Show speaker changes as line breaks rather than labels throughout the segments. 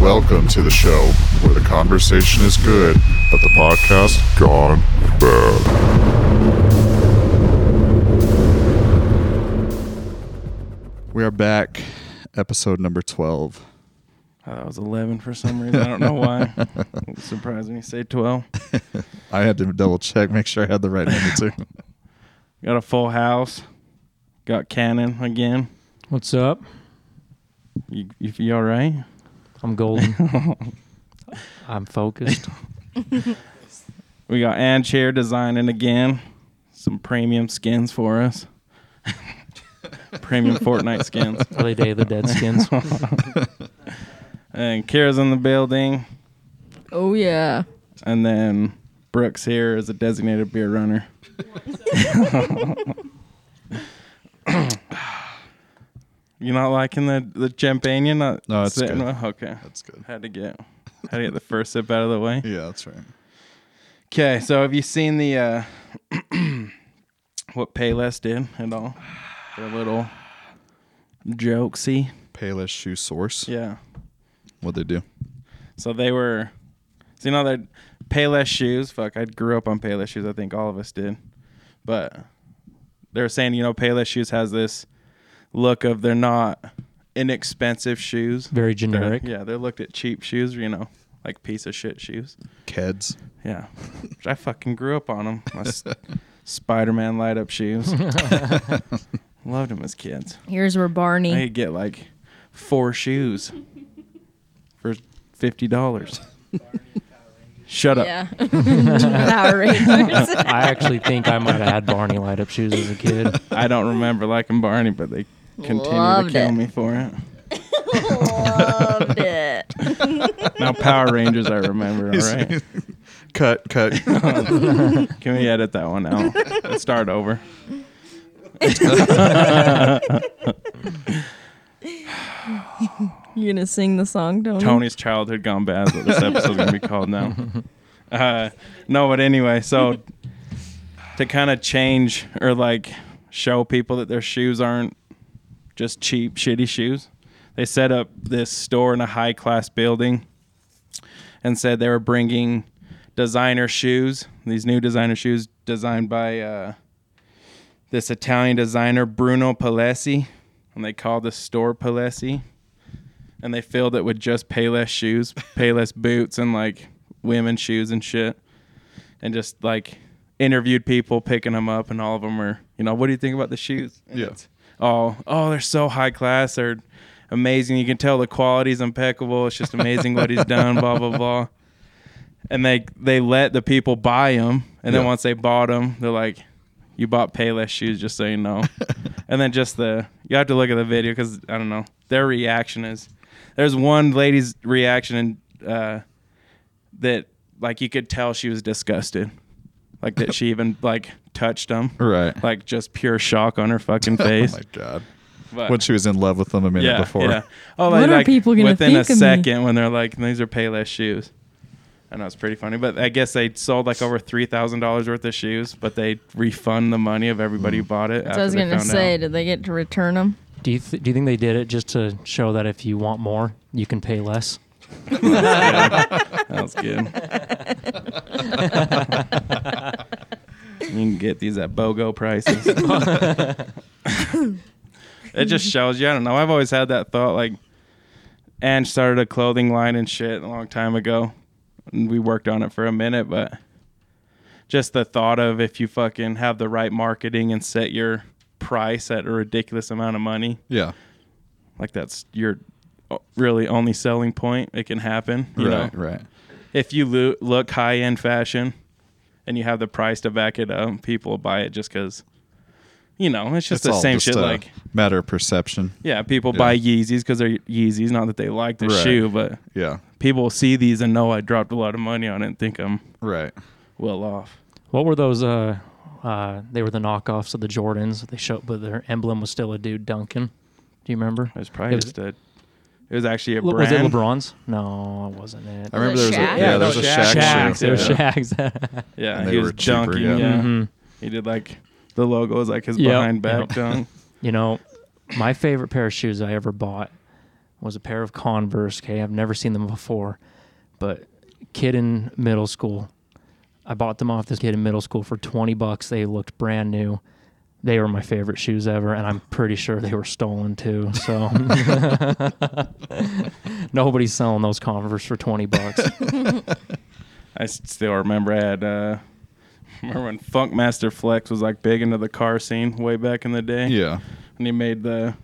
Welcome to the show where the conversation is good, but the podcast gone bad.
We are back, episode number 12.
I thought it Oh, was 11 for some reason. I don't know why. it surprised me. Say 12.
I had to double check, make sure I had the right number too.
Got a full house. Got Cannon again.
What's up?
You, you, you all right?
I'm golden. I'm focused.
We got Ann Chair designing again. Some premium skins for us. premium Fortnite skins.
Early day of the dead skins.
And Kira's in the building.
Oh yeah.
And then Brooks here is a designated beer runner. you not liking the the champagne? You're not.
No, it's
sitting
good.
well? Okay.
That's good.
Had to get had to get the first sip out of the way.
Yeah, that's right.
Okay, so have you seen the uh, what Payless did at all? Their little jokesy.
Payless Shoe Source.
Yeah.
What'd they do?
So they were, so you know that Payless shoes. Fuck, I grew up on Payless shoes. I think all of us did, but they were saying you know Payless shoes has this look of they're not inexpensive shoes.
Very
They're-
generic.
yeah, they're looked at cheap shoes. You know, like piece of shit shoes.
Keds.
Yeah, Which I fucking grew up on them. My s- Spider-Man light up shoes. Loved them as kids.
Here's where Barney.
I could get like four shoes for fifty dollars. Shut up.
Yeah. Power Rangers.
I actually think I might have had Barney light up shoes as a kid.
I don't remember liking Barney, but they continue
Loved
to kill
it.
me for it.
Loved it.
Now Power Rangers, I remember. All right,
Cut, cut.
can we edit that one out? Let's start over.
You gonna sing the song, Tony?
Tony's childhood gone bad. is What this episode's gonna be called now. Uh, no, but anyway, so to kind of change or like show people that their shoes aren't just cheap, shitty shoes, they set up this store in a high class building and said they were bringing designer shoes, these new designer shoes designed by uh, this Italian designer Bruno Palesi, and they called the store Palesi and they filled it with just Payless shoes, Payless boots, and like women's shoes and shit, and just like interviewed people picking them up, and all of them were, you know, what do you think about the shoes? And
Yeah.
it's, Oh, oh, they're so high class. They're amazing. You can tell the quality's impeccable. It's just amazing what he's done. Blah blah blah. And they they let the people buy them, and then
Yeah.
once they bought them, they're like, "You bought Payless shoes, just so you know." and then just the you have to look at the video because I don't know their reaction is there's one lady's reaction and uh, that like you could tell she was disgusted, like that she even like touched them,
Right.
like just pure shock on her fucking face.
Oh my God.
But-
When she was in love with them a minute
yeah,
before.
yeah. Oh,
What are people gonna
within
think
a
of me?
second when they're like, these are Payless shoes. I know it's pretty funny, but I guess they sold like over three thousand dollars worth of shoes, but they refund the money of everybody who bought it.
Mm. That's what I was gonna say. Did they get to return them?
Do you th- do you think they did it just to show that if you want more, you can pay less?
That was good. you can get these at BOGO prices. it just shows you. I don't know. I've always had that thought. Like, Ange started a clothing line and shit a long time ago. And we worked on it for a minute, but just the thought of if you fucking have the right marketing and set your price at a ridiculous amount of money,
Yeah.
like that's your o- really only selling point. It can happen. You know?
right, right.
if you lo- look high end fashion and you have the price to back it up, people will buy it just because, you know, it's just the
all
same
just
shit.
a
Like,
matter of perception.
yeah, people buy Yeezys because they're Yeezys. Not that they like the
Right.
shoe, but
Yeah.
people will see these and know I dropped a lot of money on it and think I'm
Right.
well off.
What were those? Uh, uh, they were the knockoffs of the Jordans. They showed, but their emblem was still a dude dunking. Do you remember?
It was probably
It was-
just a, it was actually a
Le- was it
brand.
LeBron's? No, it wasn't it.
I remember
it
there was a
Shaq?
yeah, there was a
Yeah,
Shaq,
Shags.
shoe.
It was
Yeah.
Shags.
Yeah,
And they
he
were
was
cheaper,
dunking.
yeah.
Yeah.
Mm-hmm.
He did like the logo was like his
Yep.
behind back
Yep.
dunk.
You know, my favorite pair of shoes I ever bought was a pair of Converse. Okay, I've never seen them before, but kid in middle school, I bought them off this kid in middle school for twenty bucks. They looked brand new. They were my favorite shoes ever, and I'm pretty sure they were stolen too. So nobody's selling those Converse for twenty bucks.
I s- still remember I had uh remember when Funkmaster Flex was like big into the car scene way back in the day.
Yeah.
And he made the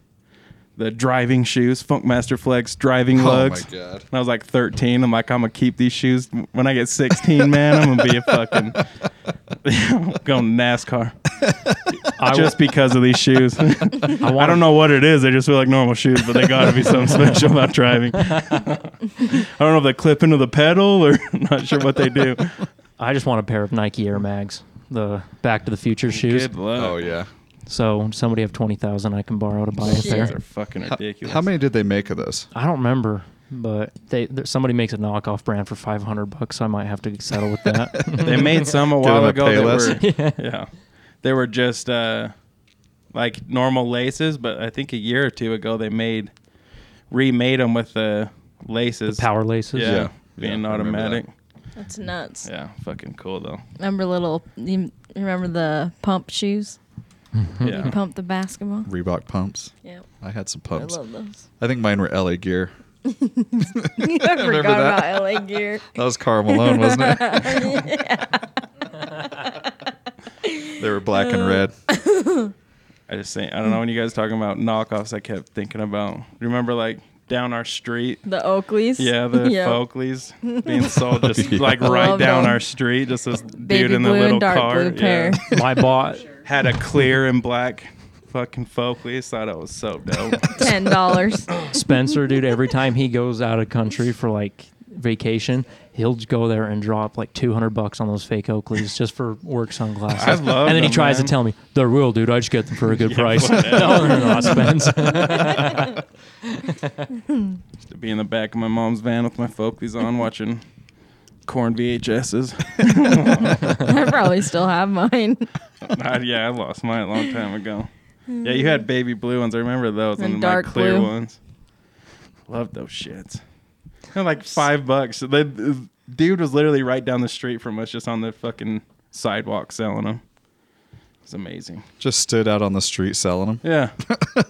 the driving shoes, Funkmaster Flex driving lugs.
Oh my god.
And I was like 13. I'm like, I'm gonna keep these shoes when I get 16, man. I'm gonna be a fucking go NASCAR
I
just because of these shoes. I
I, wanna-
don't know what it is. They just feel like normal shoes, but they gotta be something special about driving. I don't know if they clip into the pedal or I'm not sure what they do.
I just want a pair of Nike Air Mags, the Back to the Future shoes.
Good luck.
Oh yeah.
So somebody have twenty thousand I can borrow to buy a
Shit.
These
pair.
are fucking ridiculous.
How many did they make of this?
I don't remember, but they there, somebody makes a knockoff brand for five hundred bucks. So I might have to settle with that.
They made some a
Get them
while
at
ago. They were,
Payless.
yeah. they were just uh, like normal laces, but I think a year or two ago they made remade them with the laces.
Power laces.
yeah,
Yeah.
being
Yeah, I remember
automatic.
That's nuts.
Yeah, fucking cool though.
Remember little, you remember the pump shoes? You
Yeah,
pump the basketball?
Reebok pumps.
Yeah.
I had some
I
pumps.
love those.
I think mine were LA gear.
I forgot
that.
about LA gear.
That was Carl Malone, wasn't it? they were black and red.
I just think I don't know when you guys talking about knockoffs. I kept thinking about remember like down our street.
The Oakleys.
Yeah, the
Yep.
Folkleys being sold just like right
Love
down
them.
our street. Just this
Baby
dude in the
blue
little
and dark
car.
blue pair.
Yeah.
I bought
had a clear and black fucking Folkleys. Thought it was so dope.
Ten dollars.
Spencer, dude. Every time he goes out of country for like vacation, he'll just go there and drop like two hundred bucks on those fake Oakleys just for work sunglasses.
I love
and then he
them,
tries
man.
to tell me they're real, dude. I just get them for a good price. no, they're not, Spence.
to be in the back of my mom's van with my Folkleys on watching corn VHSs.
I probably still have mine.
Ah, yeah, I lost mine a long time ago. Yeah, you had baby blue ones. I remember those and,
Mm-hmm. And
my
dark
clear
blue.
ones. Loved those shits. They're like five bucks. The dude was literally right down the street from us, just on the fucking sidewalk selling them. It's amazing.
Just stood out on the street selling them.
Yeah,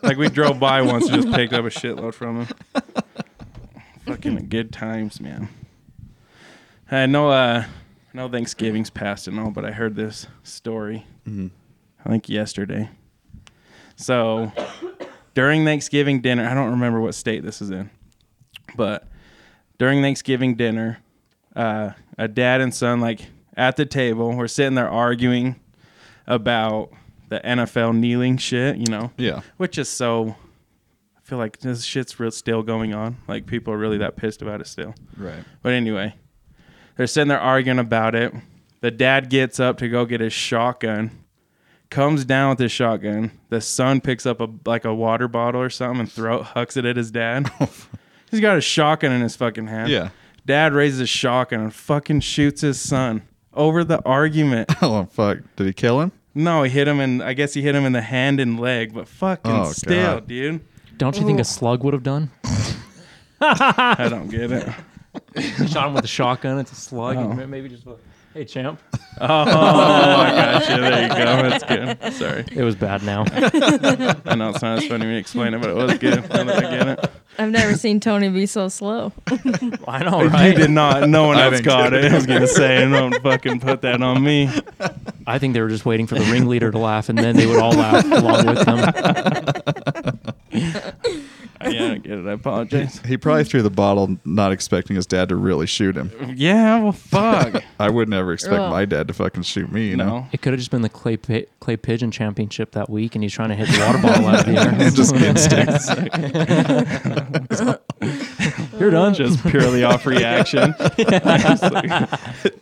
like we drove by once and just picked up a shitload from him. Fucking good times, man. I know, uh, I know Thanksgiving's past and all, but I heard this story. I think yesterday. So during Thanksgiving dinner, I don't remember what state this is in, but during Thanksgiving dinner, uh, a dad and son like at the table, we're sitting there arguing about the NFL kneeling shit, you know
Yeah.
which is so i feel like this shit's real still going on like people are really that pissed about it still
Right.
but anyway they're sitting there arguing about it the dad gets up to go get his shotgun comes down with his shotgun the son picks up a like a water bottle or something and throw hucks it at his dad he's got a shotgun in his fucking hand
Yeah.
dad raises his shotgun and fucking shoots his son over the argument
Oh fuck! Did he kill him?
no he hit him in i guess he hit him in the hand and leg but fucking
Oh,
still
God.
dude
Don't you think a slug would have done?
I don't get it.
Shot him with a shotgun. It's a slug. And maybe just, hey champ.
Gotcha. There Oh, you go. That's good. Sorry.
It was bad now.
I know it's not as funny when you explain it, but it was good. Now that I get it.
I've never seen Tony be so slow.
I know,
You
right?
did not. No one
I
else
didn't
got
get
it. I was gonna say, don't fucking put that on me.
I think they were just waiting for the ringleader to laugh, and then they would all laugh along with them.
Yeah, I don't get it. I apologize.
He probably threw the bottle, not expecting his dad to really shoot him.
Yeah. Well, fuck.
I would never expect
Ugh.
my dad to fucking shoot me. You know.
No.
It could have just been the clay pi- clay pigeon championship that week, and he's trying to hit the water bottle out of the air.
Just get staked.
You're done.
Just purely off reaction. Just like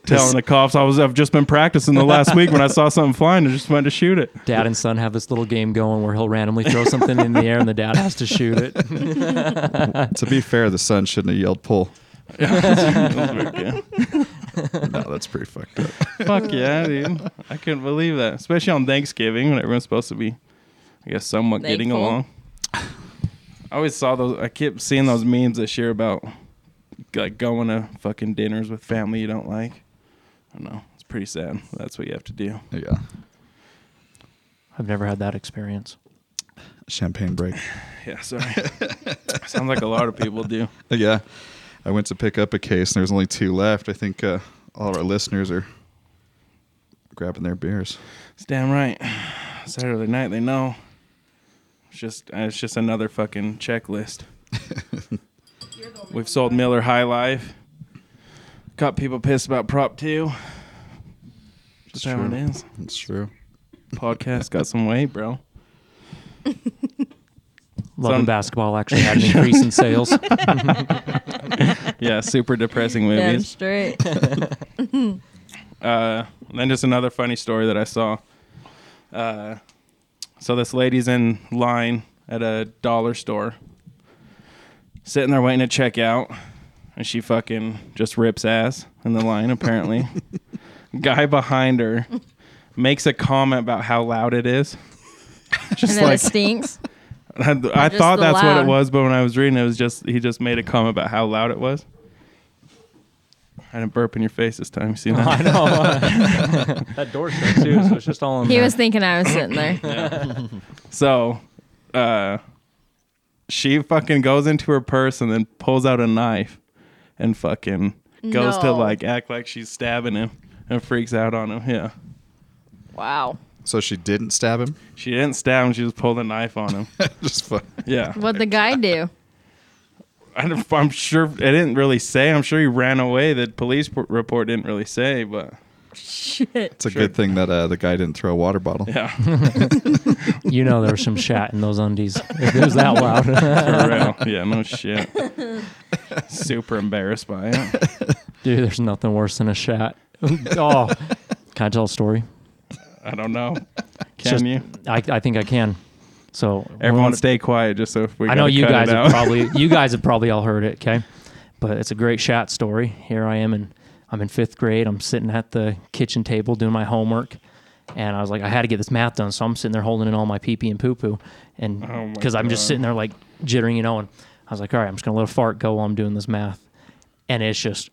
telling the cops I was. I've just been practicing the last week when I saw something flying. I just went to shoot it.
Dad and son have this little game going where he'll randomly throw something in the air, and the dad has to shoot it.
to be fair, the son shouldn't have yelled pull.
Yeah.
No, that's pretty fucked up.
Fuck yeah, dude. I couldn't believe that. Especially on Thanksgiving when everyone's supposed to be, I guess, somewhat getting
Thankful.
along. I always saw those. I kept seeing those memes this year about like going to fucking dinners with family you don't like. I don't know. It's pretty sad. That's what you have to do.
Yeah.
I've never had that experience.
Champagne break.
Yeah, sorry. Sounds like a lot of people do.
Uh, Yeah. I went to pick up a case and there's only two left. I think uh, all of our listeners are grabbing their beers.
It's damn right. Saturday night, they know. It's just, uh, it's just another fucking checklist. We've sold Miller High Life. Got people pissed about Prop Two. Just how it
Sure.
is.
That's true.
Podcast got some weight, bro.
Love
Some-
and basketball actually had an increase in sales.
Yeah, super depressing
Damn
movies.
straight.
Uh, then just another funny story that I saw. Uh, so this lady's in line at a dollar store, sitting there waiting to check out, and she fucking just rips ass in the line. Apparently, guy behind her makes a comment about how loud it is.
and
Just
then
like
it stinks.
I, I
Just
thought
the
that's what
loud.
it was, but when I was reading, it was just he just made a comment about how loud it was. I didn't burp in your face this time. You see that?
I know. that door shut too, so it's just all in
He
there.
was thinking I was sitting there.
So, uh, she fucking goes into her purse and then pulls out a knife and fucking goes to
No.
like act like she's stabbing him and freaks out on him. Yeah.
Wow.
So she didn't stab him?
She didn't stab him. She just pulled a knife on him.
Just fun.
Yeah.
What'd the guy do?
I don't- I'm sure it didn't really say. I'm sure he ran away. The police p- report didn't really say, but
Shit.
It's a
Sure.
good thing that uh, the guy didn't throw a water bottle.
yeah.
you know there was some shat in those undies. If it was that loud.
For real. Yeah, no shit. Super embarrassed by it.
Dude, there's nothing worse than a shat. oh. Can I tell a story?
I don't know. Can
just-
you?
I, I think I can. So
Everyone
one-
stay quiet just so if we
I know
gotta
you
cut it
guys
out.
have probably you guys have probably all heard it, okay? But it's a great shot story. Here I am and I'm in fifth grade. I'm sitting at the kitchen table doing my homework. And I was like, I had to get this math done, so I'm sitting there holding in all my pee pee and poo poo, and
Oh my
because I'm just
God.
sitting there like jittering, you know. And I was like, all right, I'm just gonna let a fart go while I'm doing this math, and it's just,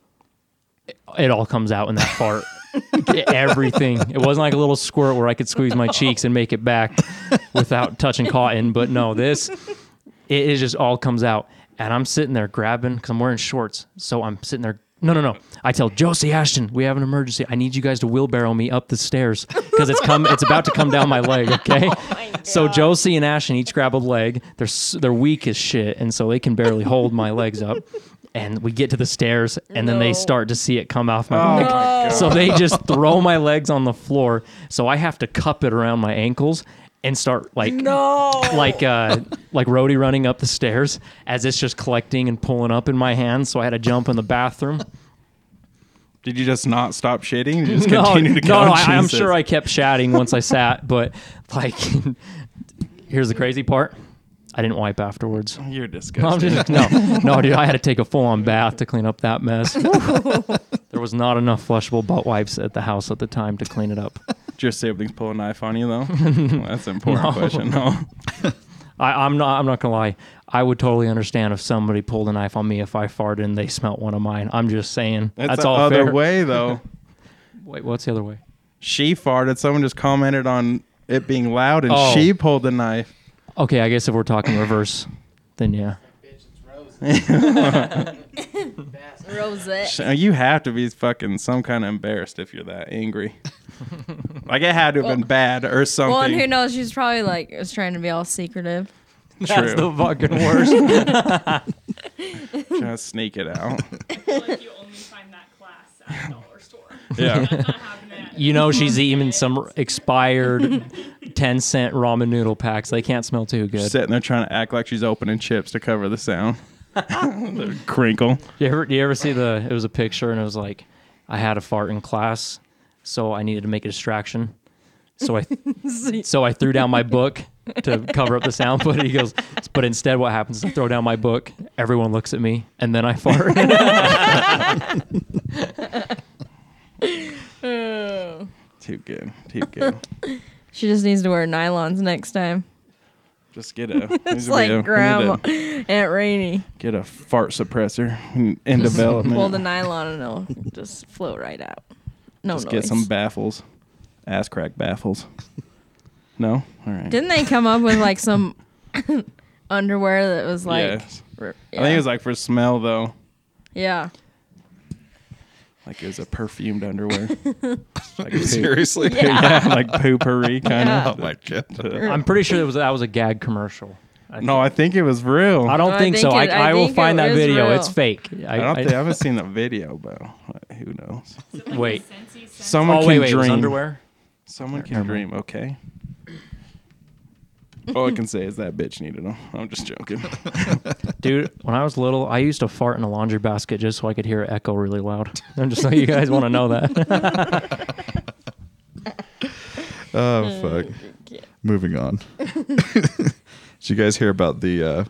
it all comes out in that fart, everything. It wasn't like a little squirt where I could squeeze my cheeks and make it back without touching cotton, but no, this it is just all comes out. And I'm sitting there grabbing because I'm wearing shorts. So I'm sitting there. No, no, no. I tell Josie Ashton, we have an emergency. I need you guys to wheelbarrow me up the stairs because it's come. It's about to come down my leg. Okay.
Oh
so Josie and Ashton each grab a leg. They're s- they're weak as shit, and so they can barely hold my legs up. And we get to the stairs, and then
No.
they start to see it come off my leg.
Oh.
So they just throw my legs on the floor. So I have to cup it around my ankles and start like
No.
like uh like roadie running up the stairs as it's just collecting and pulling up in my hands. So I had to jump in the bathroom.
Did you just not stop shitting? Did you just
no,
continue to go?
no, no I, I'm sure I kept chatting once I sat, but like, here's the crazy part: I didn't wipe afterwards.
You're
I'm
disgusting.
just, no, no, dude, I had to take a full-on bath to clean up that mess. there was not enough flushable butt wipes at the house at the time to clean it up.
Did your siblings pull a knife on you though? Well, that's an important
No.
question. No.
I, I'm not. I'm not gonna lie. I would totally understand if somebody pulled a knife on me if I farted and they smelt one of mine. I'm just saying that's,
the
all
other
fair.
way though.
Wait, what's the other way?
She farted. Someone just commented on it being loud and
Oh.
she pulled the knife.
Okay, I guess if we're talking reverse, then yeah.
Rosette.
So You have to be fucking some kind of embarrassed if you're that angry. like it had to have been bad or something.
Well, and who knows? She's probably like was trying to be all secretive.
That's
True.
the fucking worst.
Trying to sneak it out.
like you only find that class at a dollar store.
Yeah.
That's not happening. at-
you know she's eating some expired ten cent ramen noodle packs. They can't smell too good.
Sitting there trying to act like she's opening chips to cover the sound. the crinkle.
Do you ever do you ever see the it was a picture and it was like I had a fart in class, so I needed to make a distraction. So I so I threw down my book to cover up the sound, but he goes but instead what happens is I throw down my book, everyone looks at me, and then I fart.
Oh.
Too good. Too good.
She just needs to wear nylons next time.
Just get a.
It's like grandma, Aunt Rainy.
Get a fart suppressor in, in development.
Pull the nylon and it'll just float right out. No
Just
noise.
get some baffles, ass crack baffles. No, all right.
Didn't they come up with like some underwear that was like?
Yes.
r-
I think
yeah.
it was like for smell though,
Yeah.
like it was a perfumed underwear, like poop.
Seriously?
yeah, like poopery kind
Yeah.
Oh
of.
my god.
I'm pretty sure that was that was a gag commercial. I
No, I think it was real.
I
I don't.
don't
No, I
think so.
think
I,
it- I
I, will
think it
find that
is
video.
real.
It's fake.
I, don't think, I haven't seen the video, but like, who knows?
Like
Wait.
Scentsy scent.
Someone
Oh
can
wait, wait, it
dream.
was underwear.
Someone can dream. Okay. All I can say is that bitch needed them. I'm just joking.
Dude, when I was little, I used to fart in a laundry basket just so I could hear it echo really loud. I'm just like, you guys want to know that.
Mm.
Oh fuck. Moving on. Did you guys hear about the uh,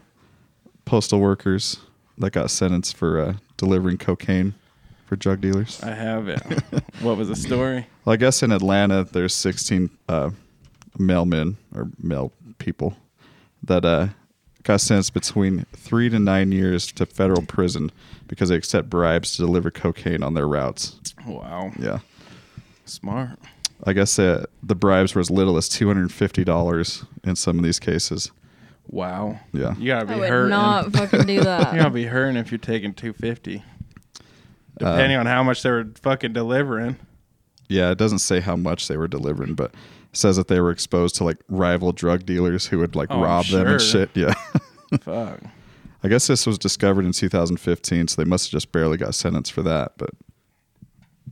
postal workers that got sentenced for uh, delivering cocaine for drug dealers?
I have it. What was the story?
Well, I guess in Atlanta, there's 16 uh, mailmen or mail people that uh, got sentenced between three to nine years to federal prison because they accept bribes to deliver cocaine on their routes.
Wow.
Yeah.
Smart.
I guess uh, the bribes were as little as $250 in some of these cases.
Wow.
Yeah.
You gotta be
I would
hurting.
not fucking do
You're gonna
that.
be hurting if you're taking 250.
Uh,
Depending on how much they were fucking delivering.
Yeah, it doesn't say how much they were delivering, but it says that they were exposed to like rival drug dealers who would like
Oh, I'm
rob them and
sure.
shit. Yeah.
Fuck.
I guess this was discovered in 2015, so they must have just barely got sentenced for that, but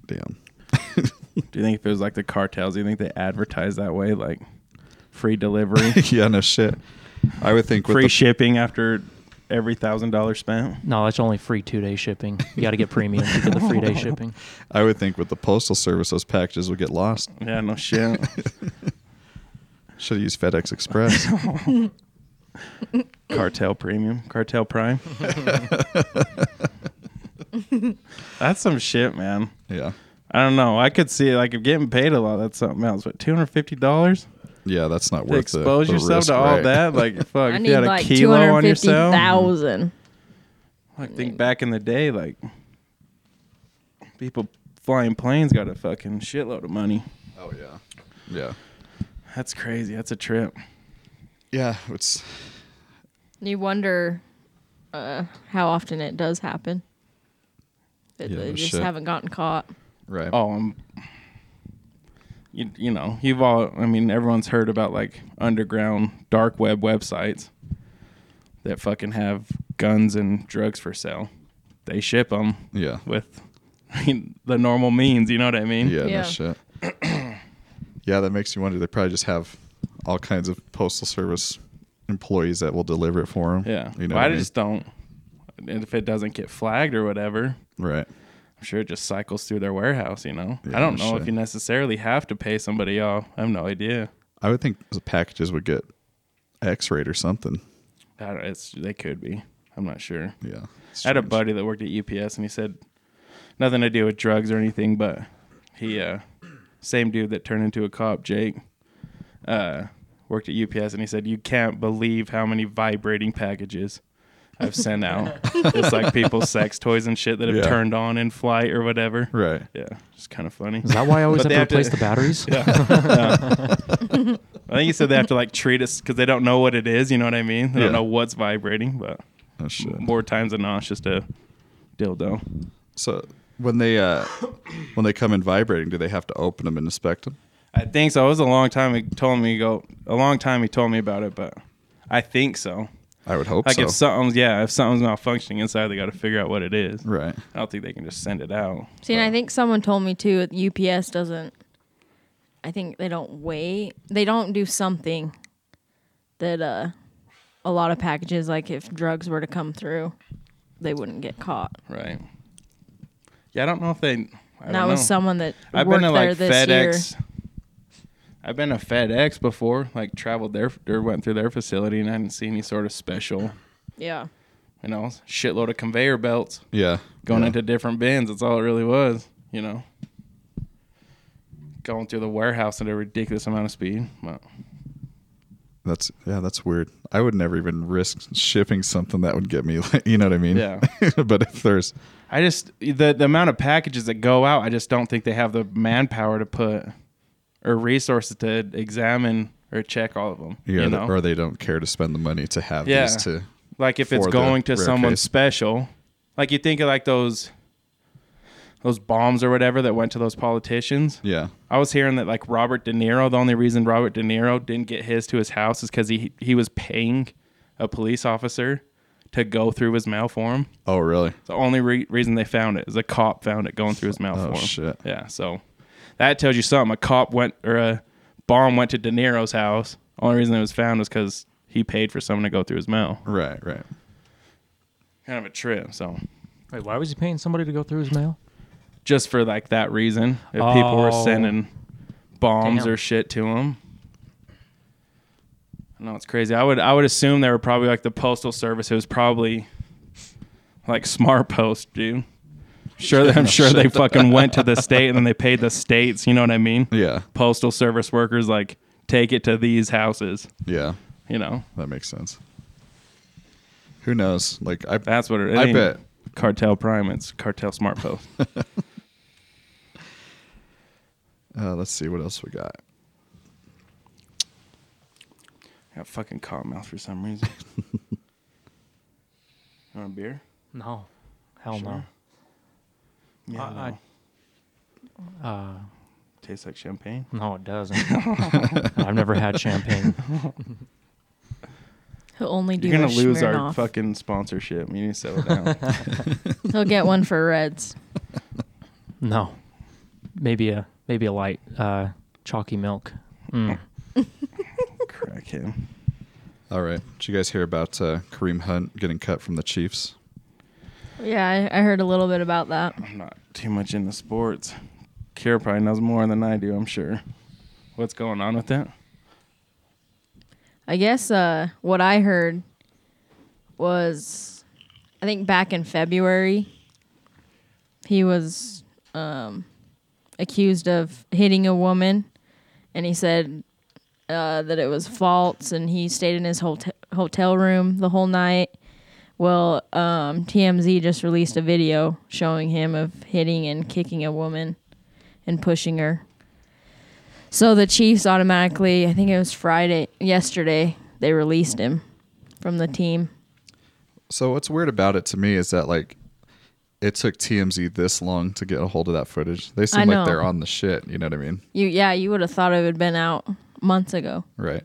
damn.
Do you think if it was like the cartels, do you think they advertise that way, like free delivery,
yeah, no shit. I would think with
free
the,
shipping after every thousand dollars spent?
no, that's only free two day shipping. You got to get premium to get the free day shipping.
I would think with the postal service those packages would get lost.
Yeah, no shit.
Should have used FedEx Express.
Cartel Premium, Cartel Prime. That's some shit, man.
yeah.
I don't know. I could see like if getting paid a lot, that's something else. But two hundred fifty dollars
Yeah, that's not
to
worth the-
expose
the
yourself
risk,
to all
right?
that, like fuck, if
I
you
need
had a
like two
kilo on
hundred fifty
yourself.
thousand.
Like think back in the day, like people flying planes got a fucking shitload of money.
Oh yeah. Yeah.
That's crazy. That's a trip.
Yeah, it's
You wonder uh, how often it does happen. That
Yeah,
they
no
just
shit.
haven't gotten caught.
right.
Oh, um, you you know you've all. I mean, everyone's heard about like underground dark web websites that fucking have guns and drugs for sale. They ship them
Yeah.
with the normal means. You know what I mean?
Yeah,
Yeah.
no shit. yeah, that makes you wonder. They probably just have all kinds of postal service employees that will deliver it for them.
Yeah.
you know. what
Well, I
I mean?
just don't. And if it doesn't get flagged or whatever,
right.
I'm sure it just cycles through their warehouse. You know,
Yeah,
I don't know
sure.
if you necessarily have to pay somebody off. I have no idea.
I would think the packages would get X-rayed or something.
I don't, it's they could be. I'm not sure.
Yeah, it's
I had a
strange.
buddy that worked at UPS, and he said nothing to do with drugs or anything, but he uh, same dude that turned into a cop, Jake, uh, worked at UPS, and he said you can't believe how many vibrating packages I've sent out. it's like people's sex toys and shit that have
Yeah.
turned on in flight or whatever.
Right.
Yeah, it's kind of funny.
Is that why I always
But
have
they
to
have to-
replace the batteries?
I think he said they have to like treat us because they don't know what it is. You know what I mean? They
Yeah.
don't know what's vibrating, but
Oh, shit.
more times than not, it's just a dildo.
So when they uh, when they come in vibrating, do they have to open them and inspect them?
I think so. It was a long time. He told me go a long time. He told me about it, but I think so.
I would hope
Like
so.
if something's yeah, if something's malfunctioning inside, they got to figure out what it is.
right.
I don't think they can just send it out.
See, and I think someone told me too. UPS doesn't. I think they don't wait. They don't do something that uh, a lot of packages, like if drugs were to come through, they wouldn't get caught.
Right. Yeah, I don't know if they. I
And that was
some.
someone that
I've
worked
been to
there
like
this
FedEx.
year.
I've been to FedEx before. Like traveled there or went through their facility, and I didn't see any sort of special.
Yeah,
You know, shitload of conveyor belts
Yeah.
going
yeah.
into different bins. That's all it really was, you know. Going through the warehouse at a ridiculous amount of speed. Well,
That's yeah, that's weird. I would never even risk shipping something that would get me. Like, you know what I mean?
Yeah.
but if there's
I just the the amount of packages that go out, I just don't think they have the manpower to put or resources to examine or check all of them.
yeah,
you
th-
know?
or they don't care to spend the money to have
Yeah.
these to
like if it's
for the
going to
rare
someone
case.
special like you think of like those those bombs or whatever that went to those politicians
yeah.
i was hearing that like robert de niro the only reason robert de niro didn't get his to his house is because he he was paying a police officer to go through his mail for him
Oh really?
the only re- reason they found it is a cop found it going through his mail
Oh,
for him
shit.
yeah so that tells you something a cop went or a bomb went to de niro's house only reason it was found was because he paid for someone to go through his mail
Right, right.
kind of a trip. So
Wait, why was he paying somebody to go through his mail?
just for like that reason, if people were
Oh.
sending bombs
Damn.
or shit to him. No, it's crazy. I would I would assume they were probably like the postal service. It was probably like smart post, dude. Sure, I'm sure they fucking went to the state and then they paid the states. You know what I mean?
Yeah.
Postal service workers like take it to these houses.
Yeah.
You know,
That makes sense. Who knows? Like I
that's what it, it
I
ain't
bet.
Cartel Prime. It's Cartel Smart Post.
uh, let's see what else we got.
Got fucking caught mouth for some reason. you want a beer?
No, hell
Sure. Yeah.
I- I- no. Uh,
Tastes like champagne.
no, it doesn't. I've never had champagne.
He'll only do
You're gonna
a
lose our
Smirnoff.
fucking sponsorship. You need to settle down.
He'll get one for Reds.
No, maybe a maybe a light uh, chalky milk. Mm.
Crack him.
All right. Did you guys hear about uh, Kareem Hunt getting cut from the Chiefs?
Yeah, I, I heard a little bit about that.
I'm not too much into sports. Kira probably knows more than I do. I'm sure. What's going on with that?
I guess uh, what I heard was, I think back in February, he was um, accused of hitting a woman, and he said uh, that it was false, and he stayed in his hotel hotel room the whole night. Well, um, TMZ just released a video showing him of hitting and kicking a woman and pushing her. So the Chiefs automatically, I think it was Friday, yesterday, they released him from the team.
So what's weird about it to me is that like it took TMZ this long to get a hold of that footage. They seem
know.
like they're on the shit. You know what I mean?
You, yeah, you would have thought it had been out months ago.
Right.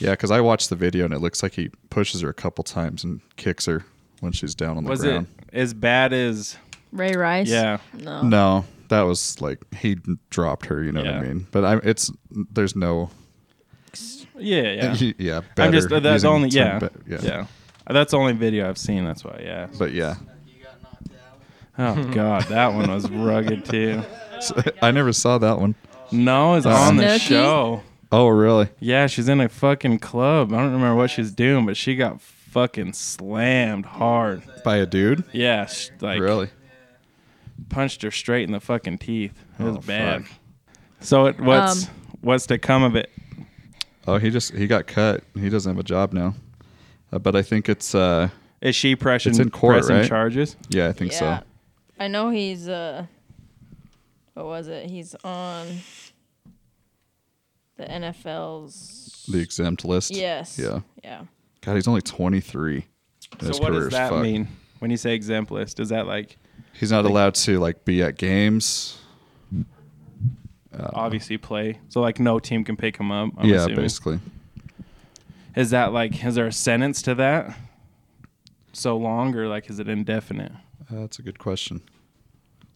Yeah, because I watched the video and it looks like he pushes her a couple times and kicks her when she's down on the
Was it
ground.
as bad as?
Ray Rice.
Yeah.
No.
No, that was like he dropped her. You know what I
Yeah.
mean? But I, it's there's no
Yeah. Yeah.
yeah. yeah
I'm just
better
that's
using
only
term
yeah,
bet-
yeah that's the only video I've seen. That's why yeah.
But yeah,
Oh god, that one was rugged too.
I never saw that one.
No, it's on the
Snooki?
show.
Oh really?
Yeah, she's in a fucking club. I don't remember what she's doing, but she got fucking slammed hard.
By a dude?
Yeah, sh like
really?
punched her straight in the fucking teeth. It was
Oh,
bad.
fuck.
So it, what's
Um,
what's to come of it?
Oh, he just he got cut. He doesn't have a job now. Uh, but I think it's uh
Is she pressing
It's in court,
pressing
right?
charges?
yeah, I think so.
I know he's uh what was it? He's on the NFL's
The exempt list.
Yes.
Yeah.
Yeah.
God, he's only 23. and
So
His
what does
career's
that
fucked.
mean when you say exempt list? Is that like
He's not allowed to like be at games.
obviously play? So like no team can pick him up. I'm
Uh, yeah,
assuming.
basically.
Is that like is there a sentence to that? So long or like is it indefinite?
Uh, that's a good question.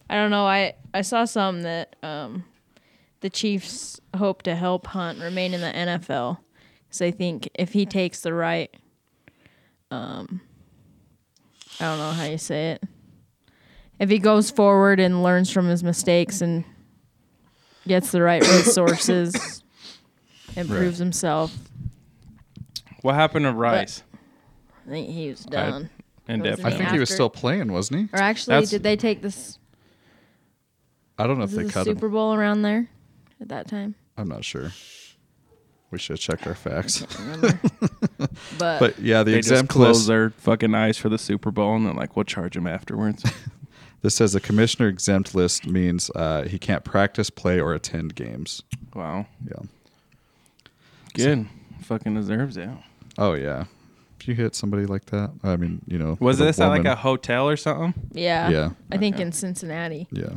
I don't know. I I saw some that um, the Chiefs hope to help Hunt remain in the NFL because they think if he takes the right, um, I don't know how you say it. If he goes forward and learns from his mistakes and gets the right resources, improves himself,
What happened to Rice?
I think he was done.
Indefinite.
I think he was
After-
still playing, wasn't he?
or actually,
That's-
did they take this?
I don't know if
Was
they
this
cut
Super
him.
Bowl around there at that time?
I'm not sure. We should have checked our facts.
But,
But yeah, the
They just
exempt
close
list.
their fucking eyes for the Super Bowl, and they're like, "We'll charge them afterwards."
This says the commissioner exempt list means uh, he can't practice, play, or attend games.
wow,
Yeah.
good, fucking deserves it.
Oh yeah. If you hit somebody like that, I mean, you know,
Was
a
this at like
woman-
a hotel or something?
yeah,
Yeah.
I think in Cincinnati
Yeah.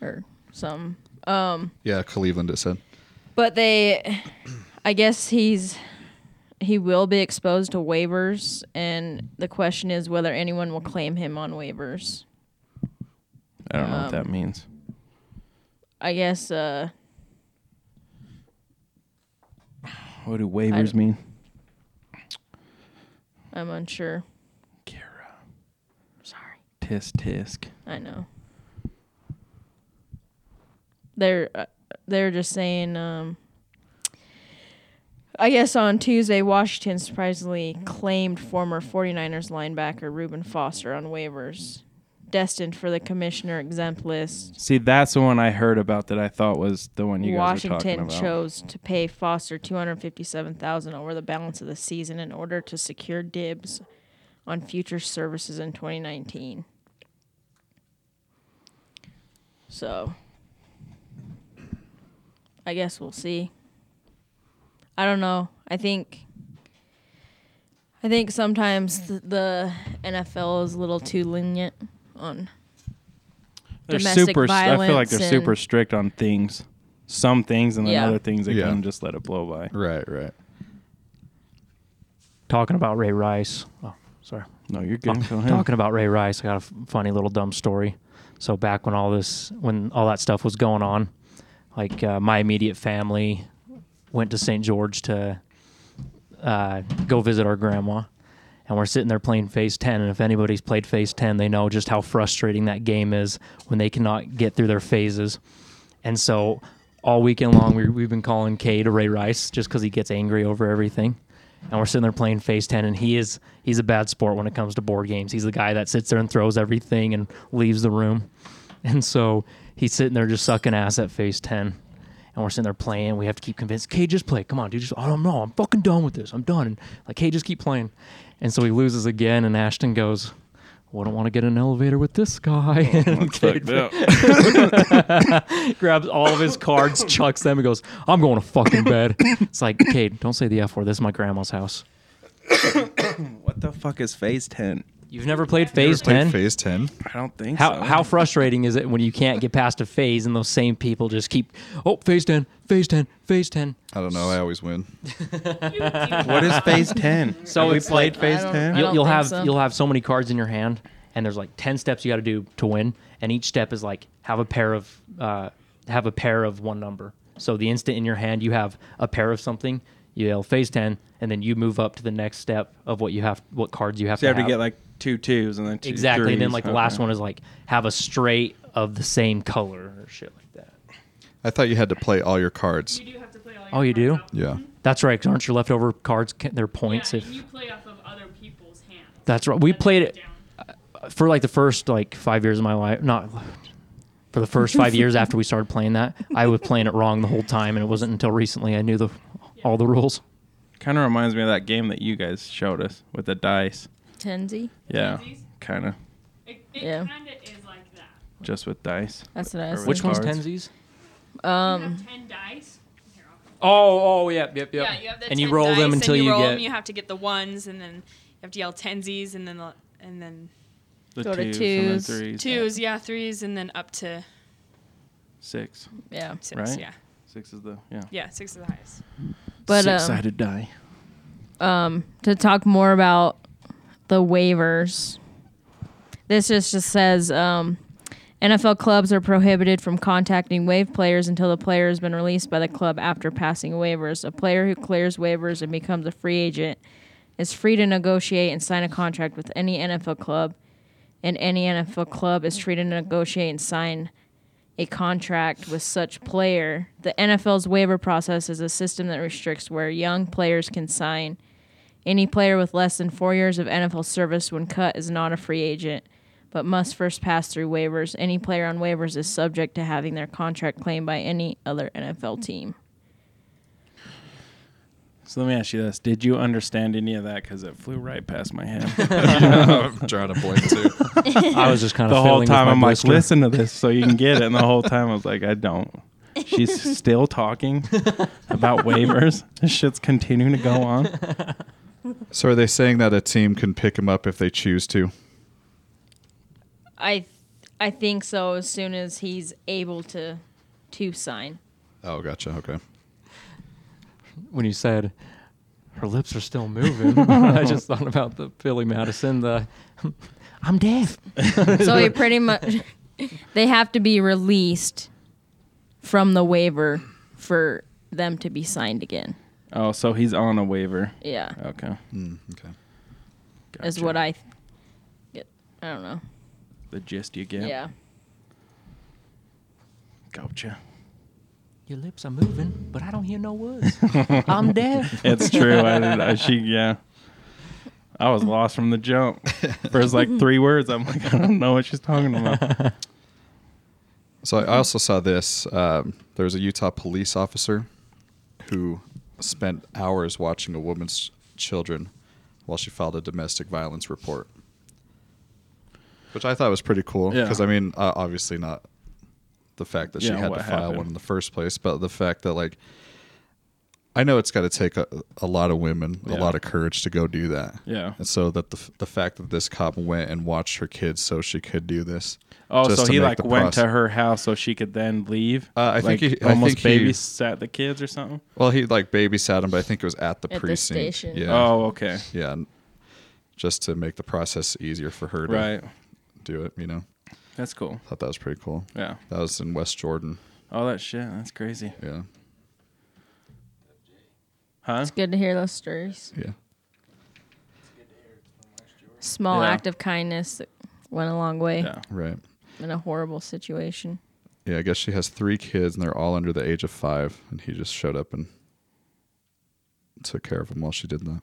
or some.
Yeah, Cleveland. It said.
But they, I guess he's, he will be exposed to waivers, and the question is whether anyone will claim him on waivers.
I don't know what that means.
I guess uh,
What do waivers
don't-
mean?
I'm unsure.
Kira,
Sorry,
tisk tisk.
I know. They're uh, they're just saying. Um, I guess on Tuesday, Washington surprisingly claimed former 49ers linebacker Reuben Foster on waivers, destined for the commissioner exempt list.
See, that's the one I heard about that I thought was the one you guys were talking
Washington
about.
chose to pay Foster two hundred fifty-seven thousand over the balance of the season in order to secure dibs on future services in twenty nineteen. So, I guess we'll see. I don't know. I think. I think sometimes th- the NFL is a little too lenient on
They're
domestic
super. I feel like
violence
they're
and-
super strict on things, some things, and then
Yeah.
other things they
Yeah.
kind of just let it blow by.
Right. Right.
Talking about Ray Rice. Oh, sorry.
No, you're good. Go ahead.
Talking about Ray Rice, I got a f- funny little dumb story. So back when all this, when all that stuff was going on, like uh, my immediate family went to St. George to uh, go visit our grandma, and we're sitting there playing Phase Ten. And if anybody's played Phase Ten, they know just how frustrating that game is when they cannot get through their phases. And so all weekend long, we, we've been calling K to Ray Rice just because he gets angry over everything. And we're sitting there playing Phase 10, and he is he's a bad sport when it comes to board games. He's the guy that sits there and throws everything and leaves the room. And so he's sitting there just sucking ass at Phase 10. And we're sitting there playing. We have to keep convinced. K, just play. Come on, dude. Just, I don't know. I'm fucking done with this. I'm done. And like, hey, just keep playing. And so he loses again, and Ashton goes, well, I don't want to get in an elevator with this guy. And K
Fucked up.
grabs all of his cards, chucks them, and goes, I'm going to fucking bed. It's like, Cade, don't say the F word. This is my grandma's house.
What the fuck is phase ten?
You've never played Phase 10?
Phase ten.
I don't think
How,
so.
how frustrating is it when you can't get past a phase and those same people just keep, oh, Phase 10, Phase 10, Phase 10.
I don't know. I always win.
What is phase ten?
So
we
it's
played
like-
phase
I don't-
ten.
I
You'll, you'll
think
have
so.
you'll have so many cards in your hand, and there's like ten steps you got to do to win, and each step is like have a pair of uh, have a pair of one number. So the instant in your hand you have a pair of something, you yell phase ten, and then you move up to the next step of what you have, what cards you have
So you
to
have to get like two twos and then two
exactly, and then
threes.
like the
Okay.
last one is like have a straight of the same color or shit like that.
I thought you had to play all your cards.
You do have to play all your
Oh, you do?
cards out.
Yeah.
That's right, 'cause aren't your leftover cards ca- their
Yeah,
points?
and
if
you play off of other people's hands.
that's right, we
and then
played
you
it.
down.
for like the first like five years of my life, not for the first five years after we started playing that, I was playing it wrong the whole time, and it wasn't until recently I knew the all the rules.
Kind of reminds me of that game that you guys showed us with the dice.
Tenzi.
Yeah,
Tensies?
kind of
It, it
Yeah.
kind of is like that.
just with dice.
That's what I was.
Which
thinking.
one's Cards.
Tenzies?
you
Um,
have 10 dice. Here, I'll come.
Oh, oh, yep, yep, yep.
Yeah, you have the
and
10
you roll
dice
them until
and
you,
you, roll
get.
Them, you have to get the ones, and then you have to yell tensies, and then the, and then
The
Go to twos.
and then threes.
twos, yeah, threes, and then up to
Six.
Yeah,
six.
Right?
Yeah,
Six is the yeah.
yeah, six is the highest.
but um,
Six-sided die.
to talk more about the waivers. This just, just says um, NFL clubs are prohibited from contacting waive players until the player has been released by the club after passing waivers. A player who clears waivers and becomes a free agent is free to negotiate and sign a contract with any NFL club, and any NFL club is free to negotiate and sign a contract with such player. The NFL's waiver process is a system that restricts where young players can sign any player with less than four years of NFL service when cut is not a free agent, but must first pass through waivers. Any player on waivers is subject to having their contract claimed by any other NFL team.
So let me ask you this: Did you understand any of that? Because it flew right past my head
I'm trying to blink too.
I was just kind of
the whole time.
My
I'm like,
blister.
listen to this, so you can get it. And the whole time I was like, I don't. She's still talking about waivers. This shit's continuing to go on.
So are they saying that a team can pick him up if they choose to?
I I think so as soon as he's able to to sign.
Oh, gotcha. Okay.
when you said her lips are still moving. I just thought about the Philly Madison. The I'm deaf.
So he pretty much they have to be released from the waiver for them to be signed again.
Oh, so he's on a waiver.
Yeah.
Okay.
Hmm, Okay.
Is
Oh,
Gotcha.
what I th- get. I don't know.
The gist you get.
Yeah.
Gotcha.
Your lips are moving, but I don't hear no words. I'm deaf.
It's true. I, did- I she yeah. I was lost from the jump. First like three words, I'm like, I don't know what she's talking about.
So I also saw this. Um, there was a Utah police officer who spent hours watching a woman's children while she filed a domestic violence report, which I thought was pretty cool.
Yeah.
Because I mean, uh, obviously not the fact that she
Yeah,
had
what
to file
happened.
one in the first place, but the fact that like I know it's got to take a, a lot of women, a
Yeah.
lot of courage to go do that.
Yeah.
And so that the f- the fact that this cop went and watched her kids so she could do this.
Oh,
just
so
to
he
make
like
the
went
proce-
to her house so she could then leave.
Uh, I think
Like,
he- I
almost
think he-
babysat the kids or something.
Well, he like babysat him, but I think it was at the
At the
precinct.
station.
Yeah.
Oh, okay.
Yeah. and Just to make the process easier for her to
Right.
do it, you know.
That's cool.
Thought that was pretty cool.
Yeah.
That was in West Jordan.
All that shit. That's crazy.
Yeah.
Huh?
It's good to hear those stories.
Yeah.
Small
Yeah.
act of kindness that went a long way
Yeah.
Right.
in a horrible situation.
Yeah, I guess she has three kids and they're all under the age of five, and he just showed up and took care of them while she did that.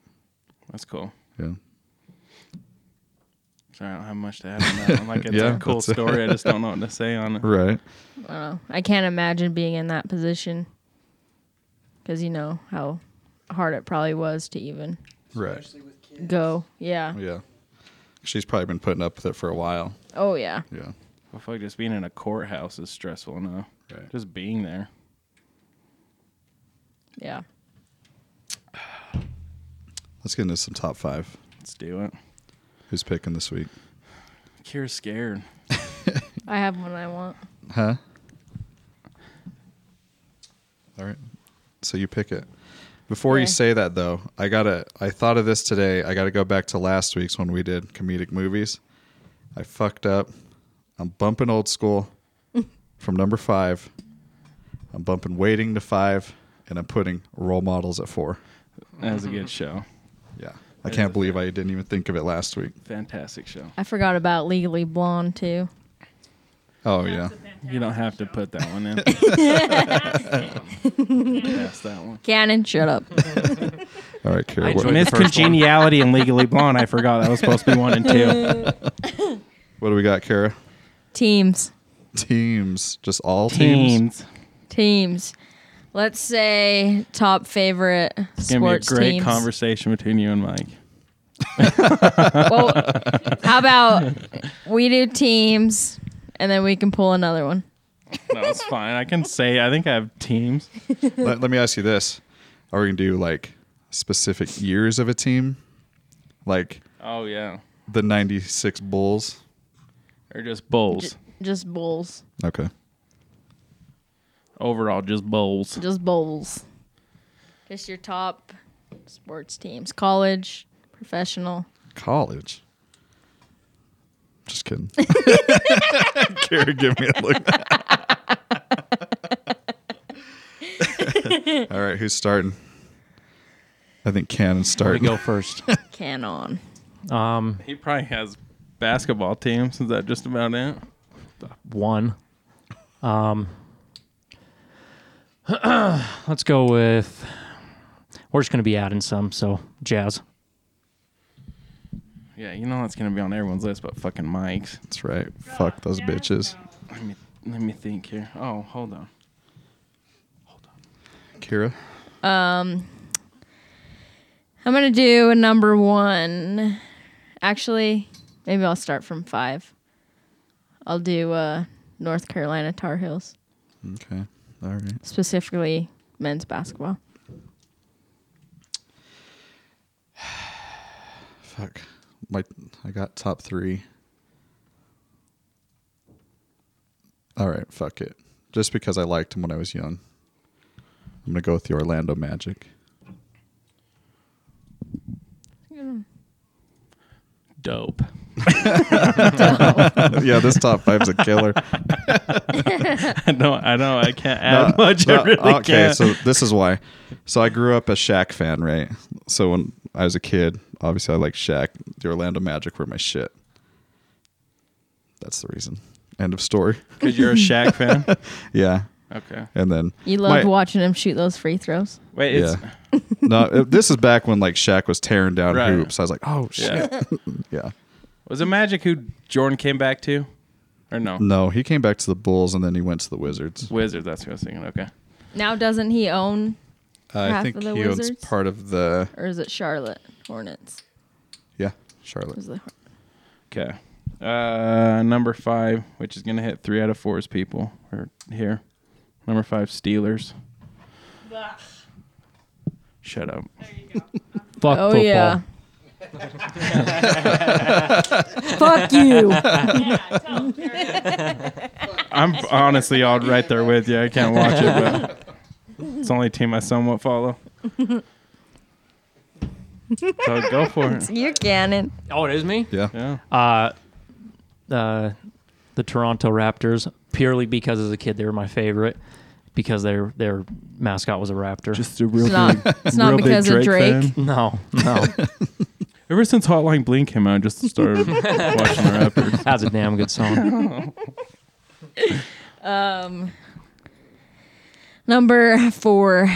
That's cool.
Yeah.
Sorry, I don't have much to add on that. I'm like, it's
Yeah,
a cool
that's it.
story. I just don't know what to say on it.
Right.
I can't imagine being in that position because you know how hard it probably was to even
Right.
go. Yeah.
Yeah. She's probably been putting up with it for a while.
Oh yeah.
Yeah.
Well, fuck, just being in a courthouse is stressful enough.
Right.
Just being there.
Yeah.
Let's get into some top five.
Let's do it.
Who's picking this week?
Kira's scared.
I have one I want.
Huh? All right. So you pick it. Before you
Okay.
say that though, I gotta I thought of this today. I gotta go back to last week's when we did comedic movies. I fucked up. I'm bumping old school from number five. I'm bumping waiting to five, and I'm putting role models at four.
That was a good show.
Yeah. I can't believe I didn't even think of it last week.
Fantastic show.
I forgot about Legally Blonde too.
Oh yeah.
You don't have to put that one in. Pass that one.
Cannon, shut up.
All right, Kira.
I
What,
enjoyed
Miss
the first one.
Congeniality and Legally Blonde. I forgot that was supposed to be one and two.
what do we got, Kara?
teams.
Teams. Just all teams.
Teens.
Teams. Let's say top favorite
It's gonna be a
sports
great
teams.
conversation between you and Mike.
Well, how about we do teams and then we can pull another one.
No, it's fine. I can say I think I have teams.
let, let me ask you this: Are we gonna do like specific years of a team, like
Oh yeah.
the '96 Bulls?
Or just bowls.
Just bulls.
Okay.
Overall, just bowls.
Just bowls. Just your top sports teams. College, professional.
College. Just kidding. Kara, give me a look. All right, who's starting? I think Cannon's
We
starting.
go first.
Canon.
Um,
He probably has basketball teams. Is that just about it?
one. Um, let's go with. We're just gonna be adding some, so jazz.
Yeah, you know that's gonna be on everyone's list, but fucking Mike's.
That's right. Fuck those bitches.
Let me let me think here. Oh, hold on.
Kira.
I'm gonna do a number one. Actually, maybe I'll start from five. I'll do uh, North Carolina Tar Heels,
Okay. All right.
specifically men's basketball.
Fuck. My I got top three. All right, fuck it. Just because I liked him when I was young, I'm gonna go with the Orlando Magic.
Dope.
yeah, this top five's a killer.
I don't. I don't. I can't add
No,
much.
no,
I really
okay,
can't.
so this is why. So I grew up a Shaq fan, right? So when I was a kid, obviously I liked Shaq. The Orlando Magic were my shit. That's the reason. End of story.
Because you're a Shaq fan.
Yeah,
Okay.
and then
You loved
my-
watching him shoot those free throws.
Wait. It's,
Yeah. No, it- this is back when like Shaq was tearing down
Right.
hoops. I was like, oh shit,
yeah.
yeah.
Was it Magic who Jordan came back to, or no?
No, he came back to the Bulls and then he went to the Wizards.
Wizards. That's what I was thinking. Okay.
Now doesn't he own
I
Half
think
of the
he owns
Wizards?
part of the
or is it Charlotte Hornets?
yeah Charlotte.
Was the-
Okay. Uh, number five, which is gonna hit three out of four's people are here. Number five, Steelers.
Ugh,
Shut up.
there you go.
Fuck
Oh
football.
yeah. Fuck you.
Yeah, tell Jared.
I'm honestly all right there with you. I can't watch it, but it's the only team I somewhat follow. So go for it.
You're cannon.
Oh, it is me.
Yeah,
Yeah.
Uh, uh, the Toronto Raptors purely because as a kid they were my favorite because their their mascot was a raptor.
Just a real
It's not. It's not because of Drake.
no, no,
Ever since Hotline Bling came out, I just started watching the Raptors.
that's a damn good song.
Um, number four,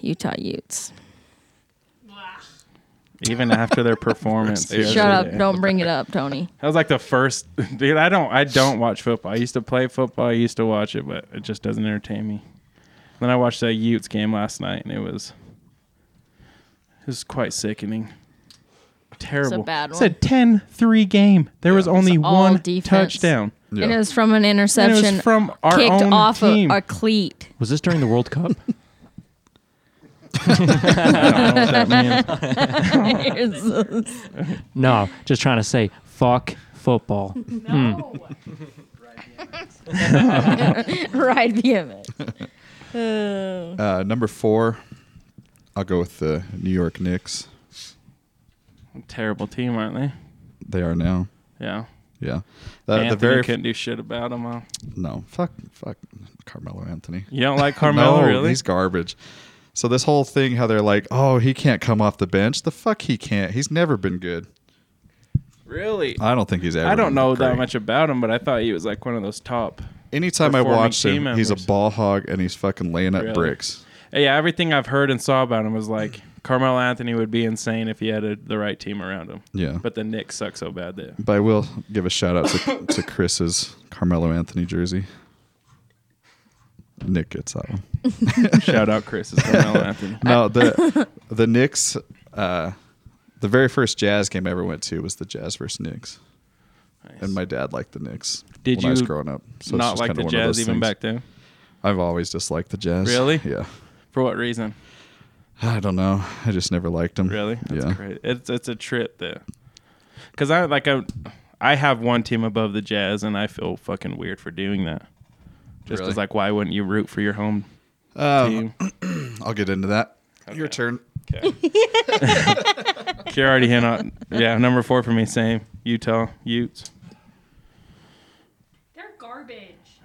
Utah Utes.
Ugh.
Even after their performance.
Shut
Shut up!
yesterday.
Don't bring it up, Tony.
That was like the first dude. I don't. I don't watch football. I used to play football. I used to watch it, but it just doesn't entertain me. Then I watched that Utes game last night, and it was it was quite sickening. Terrible.
bad
It's a 10-3 game. There was only
It's all
one
defense.
touchdown.
yeah.
And it was from an
And it
interception
was from our
kicked
own
off a,
team.
a cleat.
Was this during the World Cup?
I don't know what that means.
No, just trying to say fuck football. Hmm.
No.
right BMX. Oh.
Uh, number four, I'll go with the New York Knicks.
Terrible team, aren't they?
They are now.
Yeah.
Yeah, Uh, the, the
Anthony
very
couldn't do shit about them. Huh?
no fuck fuck Carmelo Anthony.
You don't like Carmelo,
no,
really?
he's garbage. So this whole thing, how they're like, oh, he can't come off the bench. The fuck he can't. He's never been good.
really?
I don't think he's ever.
I don't
been
know that
great.
much about him, but I thought he was like one of those top
Anytime I
performing
watch him,
team
he's a
members.
ball hog and he's fucking laying up
Really?
bricks.
Yeah, everything I've heard and saw about him was like Carmelo Anthony would be insane if he had a, the right team around him.
Yeah.
But the Knicks suck so bad that
But I will give a shout out to, to Chris's Carmelo Anthony jersey. Nick gets that one.
shout out Chris is Carmelo Anthony.
No, the the Knicks. Uh, the very first Jazz game I ever went to was the Jazz versus Knicks,
Nice.
and my dad liked the Knicks
Did
when I was
you
growing up. it's
Not
just
like
kinda
the
one of those
Jazz even
things.
back then.
I've always disliked the Jazz.
Really?
Yeah.
For what reason?
I don't know. I just never liked them.
Really? That's
Mm. yeah.
crazy. It's it's a trip there. Cause I like I I have one team above the Jazz and I feel fucking weird for doing that. Just
Really?
as like why wouldn't you root for your home
Um,
team?
I'll get into that. Your turn.
Okay. You're already hit on yeah number four for me. Same Utah Utes.
They're garbage.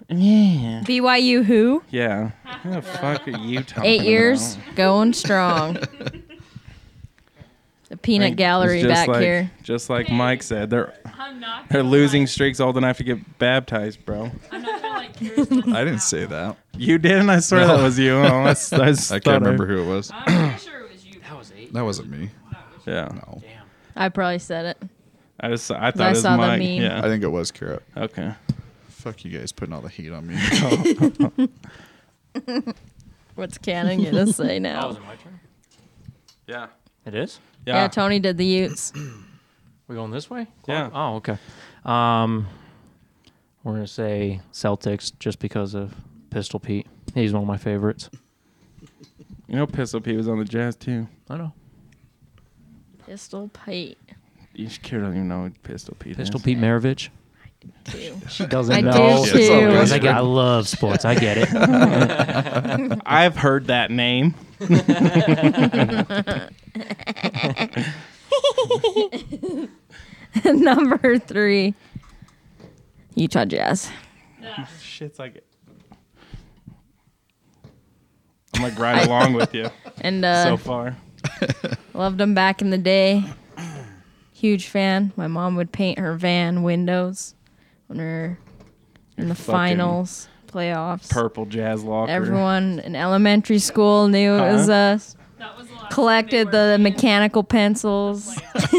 Yeah.
BYU who?
Yeah. How the fuck are you talking
Eight years
about?
going strong. The peanut
Like,
gallery
it's just
back
like-
here.
Just like Mike said, they're
I'm not.
they're
gonna
losing
Like,
streaks all the night to get baptized, bro.
I'm not gonna like. Here's what's
I didn't
out.
say that.
You didn't? I swear that was you. Oh, I, s- I s-
I can't
thought
remember who it was.
I'm pretty sure it was you. That was
That wasn't me.
Yeah.
No.
I probably said it.
I just I thought
I
it was
saw the
Mike.
meme.
I
Yeah.
think it was Carrot.
Okay.
Fuck you guys putting all the heat on me.
What's Cannon gonna say now?
Oh, my turn.
Yeah.
It is.
Yeah, Tony did the Utes.
We going this way?
Yeah.
Oh, okay. Um, we're gonna say Celtics just because of Pistol Pete. He's one of my favorites.
You know, Pistol Pete was on the Jazz too.
I know.
Pistol Pete.
You should- kid don't even know who Pistol Pete.
Pistol
is.
Pete Maravich.
too.
She doesn't
I
know.
do too.
I, was like, I love sports. I get it.
I've heard that name.
Number three, Utah Jazz.
Shit's like I'm like right along with you
And uh,
so far.
Loved them back in the day. Huge fan. My mom would paint her van windows when we were in the
fucking
finals, playoffs.
Purple Jazz Locker.
Everyone in elementary school knew it was us.
That was the last
Collected the mechanical pencils with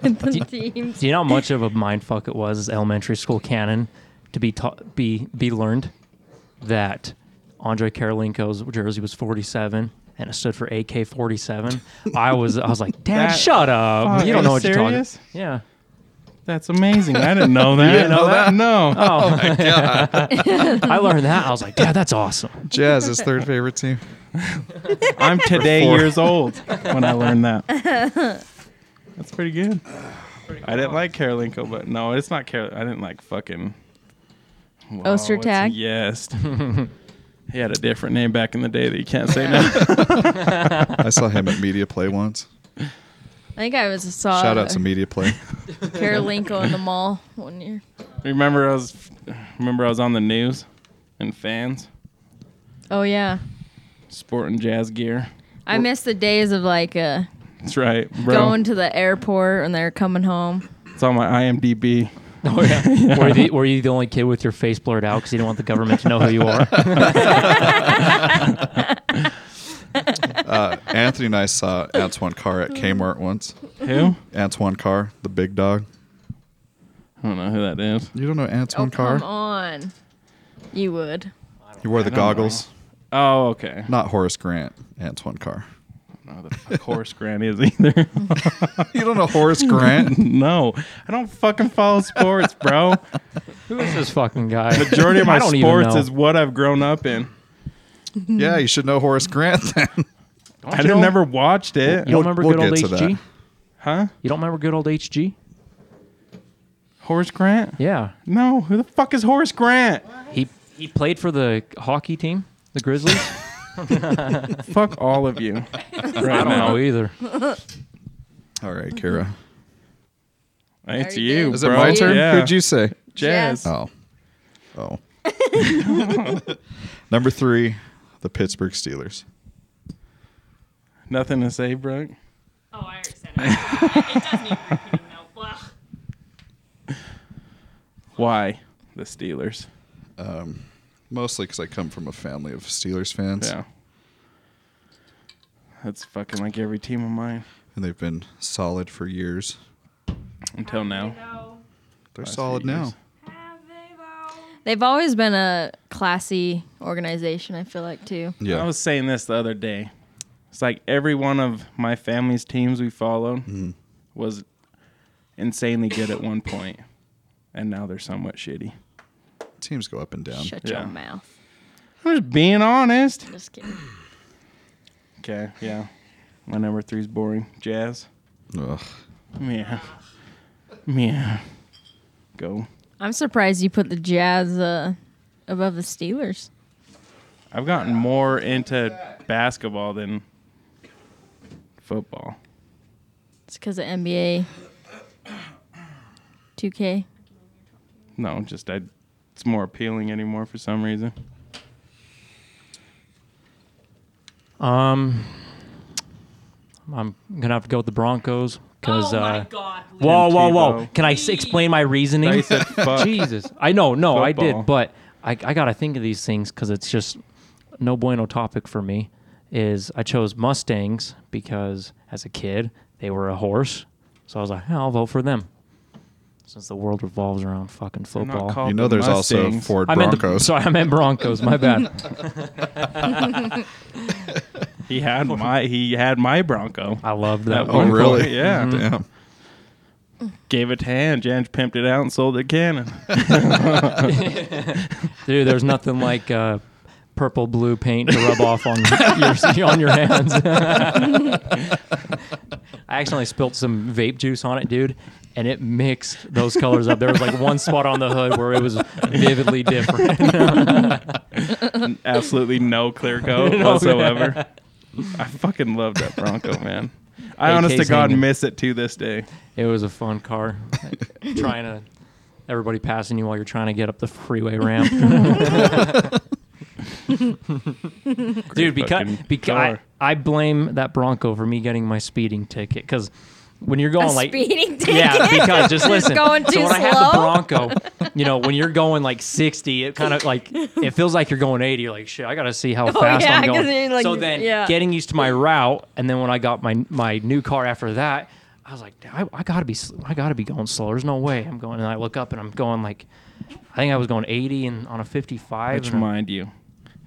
the teams.
do you know how much of a mind fuck it was as elementary school canon to be taught, be be learned that Andre Karolinko's jersey was 47 and it stood for AK 47. I was I was like, Dad,
That-
shut up.
Fuck,
you don't
are
know
you
what you're talking.
serious?
Yeah.
That's amazing. I didn't know that.
didn't know that?
No.
Oh, I learned that. I was like, Dad, that's awesome.
Jazz is third favorite team.
I'm today
Four.
years old when I learned that. That's pretty good. I didn't like Karolinko, but no, it's not Carol. I didn't like fucking. Wow, what's-
Ostertag?
Yes. he had a different name back in the day that you can't say now.
I saw him at Media Play once.
I think I was saw
Shout out to Media Play.
Karolinko in the mall one year.
remember, I was remember I was on the news and fans
Oh yeah,
sporting jazz gear.
I miss the days of like uh,
That's right, bro.
going to the airport and they're coming home.
it's on my IMDb.
Oh, yeah. were, the, were you the only kid with your face blurred out because you didn't want the government to know who you are?
Uh, Anthony and I saw Antoine Carr at Kmart once.
Who?
Antoine Carr, the big dog.
I don't know who that is.
You don't know Antoine
Oh,
Carr?
Come on, you would.
He wore the
don't know.
goggles.
Oh, okay.
Not Horace Grant, Antoine Carr.
No, the fuck horse Grant is either.
You don't know Horace Grant?
no, I don't fucking follow sports, bro.
Who is this fucking guy?
Majority of my
I don't even
sports
know.
is what I've grown up in.
yeah, you should know Horace Grant then.
I didn't never watched it,
You don't
We'll-
remember
we'll
good old
get to that.
HG?
huh?
You don't remember good old HG?
Horace Grant?
Yeah,
No, who the fuck is Horace Grant?
he he played for the hockey team, the Grizzlies.
Fuck all of you. Right
I don't
now.
know either.
All right, Kira.
It's
Are you
you,
good?
Is
bro.
it my turn?
Yeah.
Who'd you say?
Jazz.
Oh. Oh. Number three, the Pittsburgh Steelers.
Nothing to say, Brooke.
Oh, I understand. it does need repeating now. Blah.
Why the Steelers?
Mostly because I come from a family of Steelers fans,
Yeah. That's fucking like every team of mine
and they've been solid for years.
until now.
Have
They're
Last
solid
few years.
now.
they though? Have they though?
They've always been a classy organization, I feel like, too.
Yeah.
I was saying this the other day. It's like every one of my family's teams we followed was insanely good at one point, and now they're somewhat shitty.
Teams go up and down.
Shut
Yeah.
your mouth.
I'm just being honest.
Just kidding.
Okay, yeah. My number three's boring. Jazz.
Ugh.
Yeah. Yeah. Go.
I'm surprised you put the Jazz uh, above the Steelers.
I've gotten more into basketball than football.
It's because of NBA 2K.
No, just I. It's more appealing anymore for some reason.
Um, I'm gonna have to go with the Broncos because.
oh my
uh,
God. Lee.
Whoa, whoa, whoa!
Tebow.
Can I s- explain my reasoning?
I said fuck.
Jesus. I know, no, I
Football.
did, but I, I got to think of these things because it's just no bueno topic for me. Is I chose Mustangs because as a kid they were a horse, so I was like, "Hey, I'll vote for them. Since the world revolves around fucking
They're not
football,
called
You know,
the
there's also
Mustangs.
Ford
I meant the,
Broncos.
sorry, I meant Broncos. My bad.
He had my he had my Bronco.
I loved that.
At
one.
one
really?
point, Yeah.
Mm-hmm.
Damn.
Gave it to Han. Jan pimped it out and sold it to Cannon.
Dude, there's nothing like uh, purple blue paint to rub off on your on your hands. I accidentally spilt some vape juice on it, dude, and it mixed those colors up. There was like one spot on the hood where it was vividly different.
Absolutely no clear coat whatsoever. I fucking love that Bronco, man. I
AK's
honest to God
hanging.
miss it to this day.
It was a fun car. trying to everybody passing you while you're trying to get up the freeway ramp. Dude, because,
fucking
because I,
car.
I blame that Bronco for me getting my speeding ticket because when you're going
a
like
speeding ticket.
yeah, because just listen.
going
so
too
when I have the
slow?
Bronco, you know, when you're going like 60, it kind of like it feels like you're going 80. You're like, shit, I gotta see how fast
Oh, yeah,
I'm
'cause
going.
you're like-
so then,
yeah.
getting used to my route, and then when I got my my new car after that, I was like, I, I gotta be, sl- I gotta be going slow. There's no way I'm going. And I look up and I'm going like, I think I was going 80 and on a 55.
Which
and I-
mind you,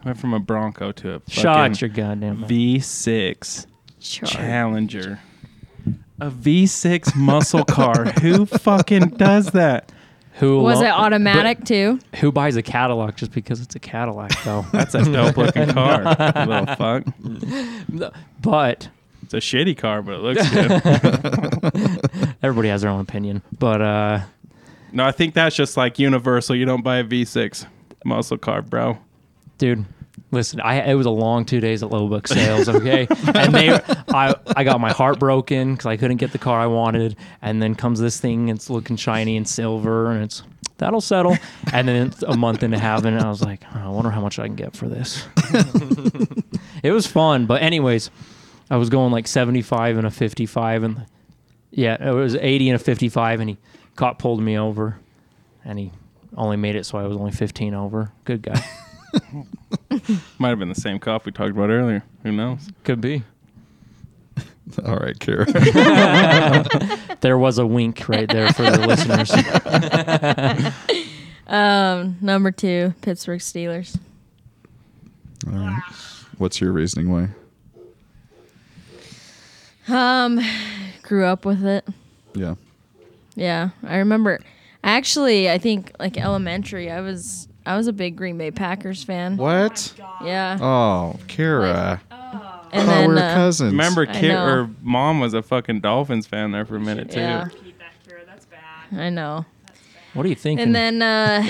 went from a Bronco to a
Shot your
fucking
goddamn mouth.
V6
Sure.
Challenger. A V6 muscle car. Who fucking does that?
Who
Was
lo-
it automatic too?
but Who buys a Cadillac just because it's a Cadillac though?
That's a dope looking car. little fuck.
but
It's a shitty car, but it looks good.
everybody has their own opinion. But uh,
no, I think that's just like universal. You don't buy a V6 muscle car, bro.
dude listen i it was a long two days at low book sales okay and they i i got my heart broken because i couldn't get the car i wanted and then comes this thing it's looking shiny and silver and it's that'll settle and then it's a month into having it i was like "Oh, i wonder how much i can get for this it was fun but anyways i was going like 75 and a 55 and yeah it was 80 and a 55 and he caught pulled me over and he only made it so i was only 15 over good guy
Might have been the same cop we talked about earlier. Who knows?
could be
All right, Kara.
There was a wink right there for the listeners.
Um, number two, Pittsburgh Steelers.
What's your reasoning why?
Um, grew up with it.
Yeah.
Yeah, I remember. Actually, I think like elementary, I was I was a big Green Bay Packers fan.
What?
Yeah,
Oh, Kara.
Oh,
I thought
and
we
then
were
uh,
cousins.
Remember,
I
kid
know.
or mom was a fucking Dolphins fan there for a minute too.
yeah,
Repeat that, Kira. That's bad.
I know.
What are you thinking?
And then uh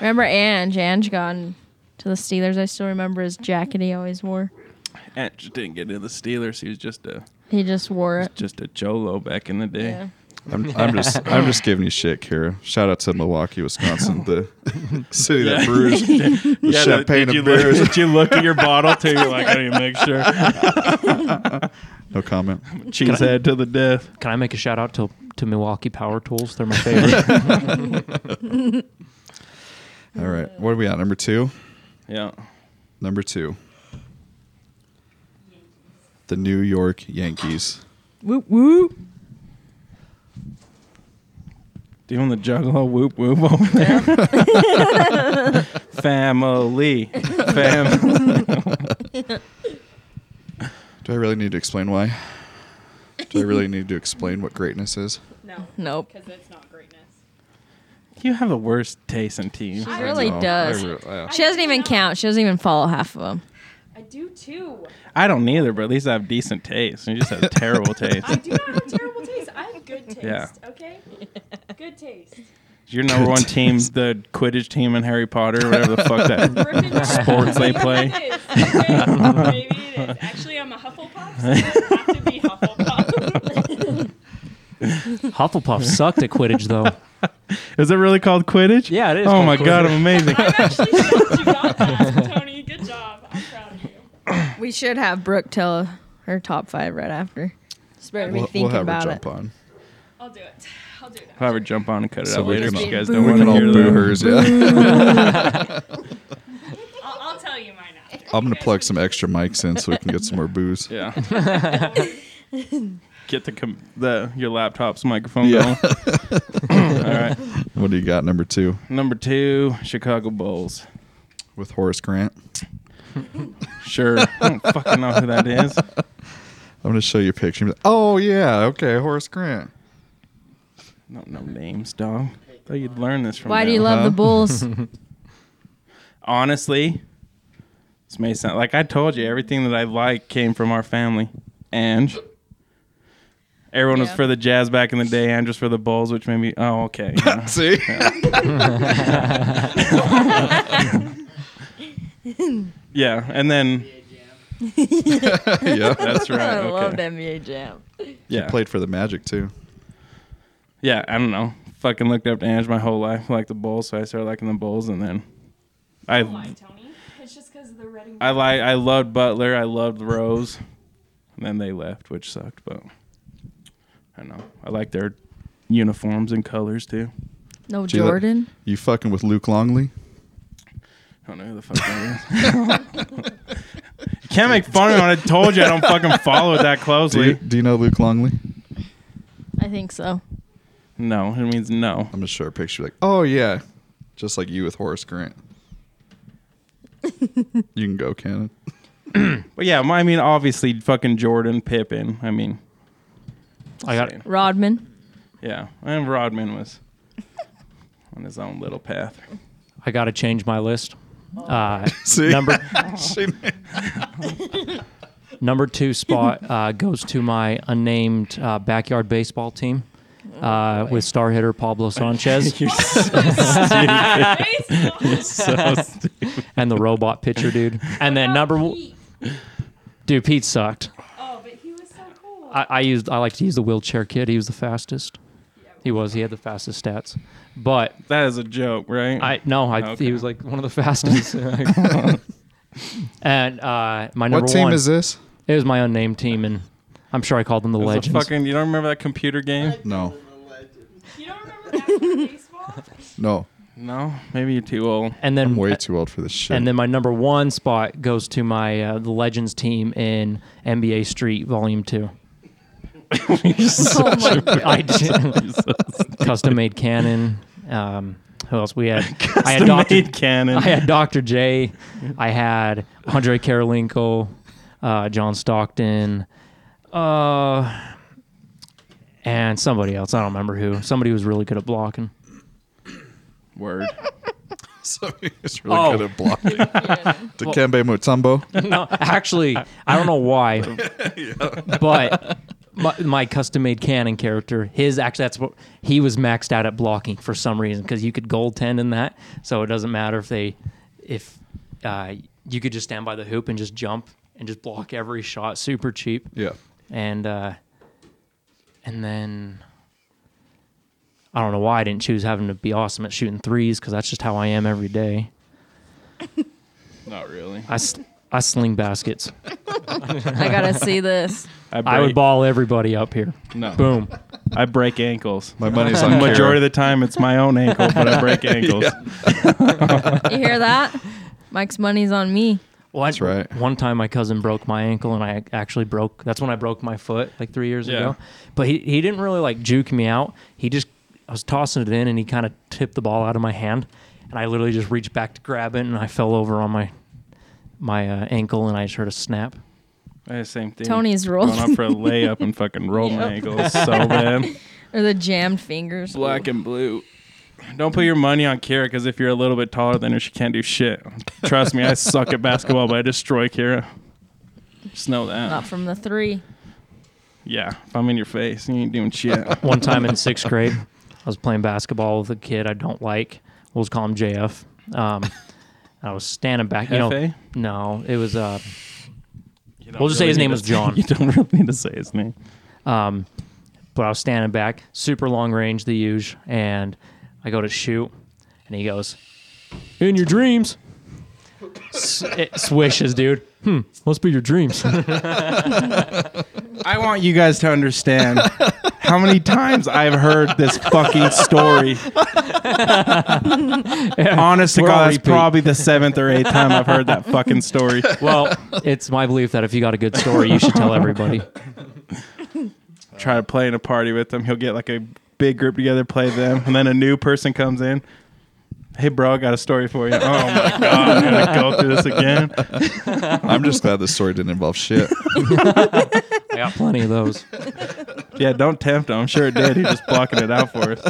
remember Ange? Ange gone to the Steelers. I still remember his jacket he always wore.
And just didn't get into the Steelers. He was just a
He just wore it.
just a Jolo back in the day.
Yeah.
I'm, I'm just I'm just giving you shit, Kara. Shout out to Milwaukee, Wisconsin, the city that brews the champagne
did, you
and beers.
Look, did you look at your bottle too? You're like, I need to make sure.
No comment.
Cheesehead to the death.
Can I make a shout out to to Milwaukee Power Tools? They're my favorite.
All right, what are we at? Number two.
Yeah.
Number two. The New York Yankees.
Whoop whoop.
Doing the juggalo whoop whoop over there. Family. Family.
Do I really need to explain why? Do I really need to explain what greatness is?
No,
Nope.
because it's not greatness.
You have the worst taste in tea.
She really does.
I re- yeah.
she doesn't even count. She doesn't even follow half of them.
I do too.
I don't either, but at least I have decent taste. You just have terrible taste.
I do not have terrible taste. I have good taste.
Yeah.
Okay. Good taste.
Your number one team, the Quidditch team in Harry Potter, whatever the fuck that sports they play.
Maybe it is. Okay, Maybe it is. Actually, I'm a Hufflepuff, so I have to be Hufflepuff.
Hufflepuff sucked at Quidditch though.
Is it really called Quidditch?
Yeah, it is
Oh
called
my god,
Quidditch.
I'm amazing.
I'm actually shocked you got that, Tony. Good job. I'm proud of you.
We should have Brooke tell her top five right after. Just better be
We'll,
thinking
we'll have her
about it.
jump on.
I'll do it. I'll do it.
I'll have her jump on and cut it
So
out
we
later if
can
you
all-
guys
We
don't want
can
to
all
hear
boo
that.
hers. Yeah.
I'll, I'll tell you mine after.
I'm gonna plug some extra mics in so we can get some more booze.
Yeah. Get the, com- the your laptop's microphone
Yeah.
going. all right.
What do you got? Number two
Number two, Chicago Bulls.
with Horace Grant.
Sure. I don't fucking know who that is.
I'm gonna show you a picture. You're like, Oh yeah, okay, Horace Grant.
Don't know names, dog. Thought you'd learn this from
Why do
them.
you love the Bulls?
honestly, this may sound like I told you everything that I like came from our family, and everyone was
Yeah.
for the Jazz back in the day. Andrew's for the Bulls, which made me oh okay. you know.
See,
yeah, and then
yeah,
that's right.
I
okay.
loved NBA Jam.
Yeah,
played for the Magic too.
yeah. I don't know. Fucking looked up to Andrew my whole life, like the Bulls, so I started liking the Bulls, and then I
Oh
Why, Tony? It's just because of the Reading.
I like I loved Butler, I loved Rose, and then they left, which sucked. But I don't know I like their uniforms and colors too.
No
Gee, that-
Jordan.
You fucking with Luke Longley?
I don't know who the fuck that is. you can't make fun of me when I told you I don't fucking follow it that
Do you,
closely.
do you know Luke Longley?
I think so.
No, it means no.
I'm gonna show her a picture. Like, oh yeah, just like you with Horace Grant. you can go, Cannon.
But yeah, I mean, obviously, fucking Jordan, Pippen. I mean,
I got
Rodman.
yeah. And Rodman was on his own little path.
I got to change my list. Uh,
See,
number
She-
number two spot uh, goes to my unnamed uh, backyard baseball team uh, with star hitter Pablo Sanchez and the robot pitcher dude. And then number one, dude, Pete sucked.
Oh, but he was so cool.
I, I used I like to use the wheelchair kid. He was the fastest. He was. He had the fastest stats. But
That is a joke, right?
I no, I
Okay.
he was like one of the fastest. and uh, my number
what team
one
is this?
It was my unnamed team, and I'm sure I called them the
It was a
Legends.
fucking, you don't remember that computer game?
No,
you don't remember that from baseball?
no,
No, maybe you're too old.
and then
I'm way too old for this shit.
and then my number one spot goes to my uh, the Legends team in NBA Street Volume Two.
Oh my
I did- custom made cannon. Um, who else we had? I had Doctor.
Made cannon.
I had Dr. J. I had Andre Karolinko, uh, John Stockton, uh, and somebody else. I don't remember who. Somebody who was really good at blocking.
Word.
so he's really
Oh.
good at blocking. Dikembe Mutombo.
no, actually, I don't know why, but my, my custom made cannon character, his actually that's what he was maxed out at blocking for some reason because you could gold ten in that, so it doesn't matter if they if uh, you could just stand by the hoop and just jump and just block every shot super cheap
Yeah.
and uh, and then I don't know why I didn't choose having to be awesome at shooting threes because that's just how I am every day.
Not really.
I, s- I sling baskets.
I gotta see this.
I would ball everybody up here.
No.
Boom.
I break ankles.
My money's
The
on
majority
Carol.
of the time, it's my own ankle, but I break ankles.
You hear that? Mike's money's on me.
that's
right.
One time, my cousin broke my ankle, and I actually broke. That's when I broke my foot, like three years
Yeah.
ago. But he, he didn't really like juke me out. He just I was tossing it in, and he kind of tipped the ball out of my hand, and I literally just reached back to grab it, and I fell over on my my uh, ankle, and I just heard a snap.
Eh, Same thing.
Tony's
going
rolled
up for a layup and fucking rolled my ankle so bad.
or the jammed fingers.
Black and blue. Don't put your money on Kira because if you're a little bit taller than her, she can't do shit. Trust me, I suck at basketball, but I destroy Kira. Just know that.
Not from the three.
yeah, if I'm in your face, you ain't doing shit.
One time in sixth grade, I was playing basketball with a kid I don't like. We'll just call him JF. Um, I was standing back. You know,
Hefe?
no, it was uh,
You don't
We'll just say his
need
name
to-
was John.
You don't really need to say his name.
Um, but I was standing back, super long range, the huge, and I go to shoot, and he goes, "In your dreams." S- it swishes, dude. Hmm, must be your dreams.
I want you guys to understand how many times I've heard this fucking story. Honest to
We're on
God, that's
repeat.
probably the seventh or eighth time I've heard that fucking story.
well, it's my belief that if you got a good story, you should tell everybody.
Try to play in a party with him. He'll get like a big group together, play them, and then a new person comes in. Hey, bro, I got a story for you. Oh my god, I'm gonna go through this again.
I'm just glad this story didn't involve shit.
I got plenty of those.
Yeah, don't tempt him. I'm sure it did. He's just blocking it out for us.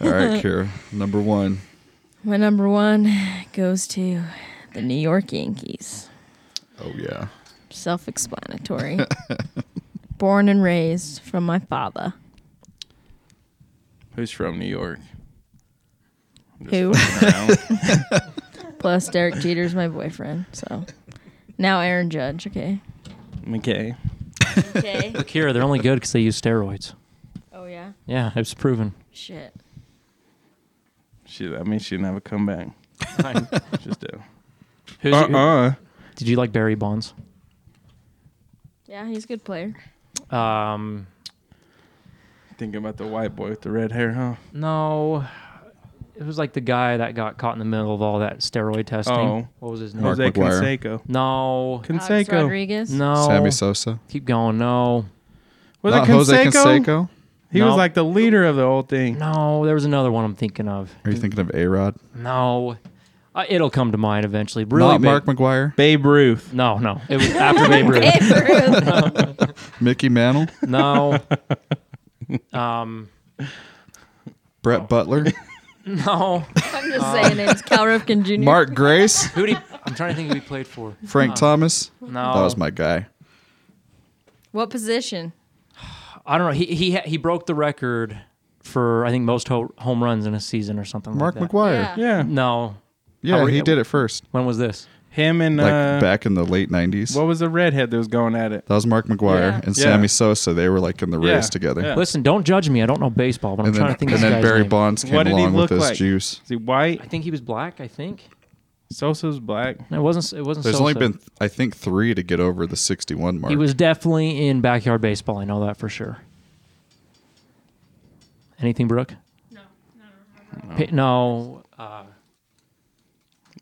All right, Kira, number one.
My number one goes to the New York Yankees.
Oh yeah.
Self explanatory. Born and raised from my father.
Who's from New York?
Who?
Around.
Plus, Derek Jeter's my boyfriend. So now Aaron Judge. Okay.
McKay.
Okay.
Kira, they're only good because they use steroids.
oh, yeah.
Yeah, it's proven.
Shit.
She, I mean, she didn't have a comeback. Just do.
Who's
Uh
Uh-uh.
uh
Did you like Barry Bonds?
Yeah, he's a good player.
Um,
Thinking about the white boy with the red hair, huh?
no. It was like the guy that got caught in the middle of all that steroid testing.
Oh.
What was his name?
Mark
Jose
McGuire.
Canseco.
No.
Alex
Canseco.
Rodriguez.
No.
Sammy Sosa.
Keep going. No.
Was
Not
it Canseco?
Jose Canseco.
He
No.
was like the leader of the whole thing.
No. There was another one I'm thinking of.
Are you thinking of A Rod?
No. Uh, it'll come to mind eventually. Really
Not
big-
Mark McGuire.
Babe Ruth.
No, no. It was after Babe Ruth.
Hey,
Mickey Mantle.
No. Um,
Brett Butler.
no.
I'm just saying it. It's Cal Ripken Jr.
Mark Grace.
Who did I'm trying to think who he played for.
Frank Thomas.
Oh.
No.
That was my guy.
What position?
I don't know. He he ha- he broke the record for I think most ho- home runs in a season or something
Mark
like that.
McGuire.
Yeah.
No.
Yeah,
How-
he did it first.
When was this?
Him and
Like
uh,
back in the late '90s.
what was the redhead that was going at it?
That was Mark McGuire
Yeah.
and
Yeah.
Sammy Sosa. They were like in the
Yeah,
race together.
yeah.
Listen, don't judge me. I don't know baseball, but I'm
And
trying
then,
to think of
and
this
then
guy's
Barry
name.
Bonds came
What did he
along with
look
his
like?
juice.
Is he white?
I think he was black. I think
Sosa's black.
No, it wasn't. It wasn't.
There's only
Sosa.
been, I think, three to get over the 61 mark.
He was definitely in backyard baseball. I know that for sure. Anything, Brooke? No. No. No. Uh,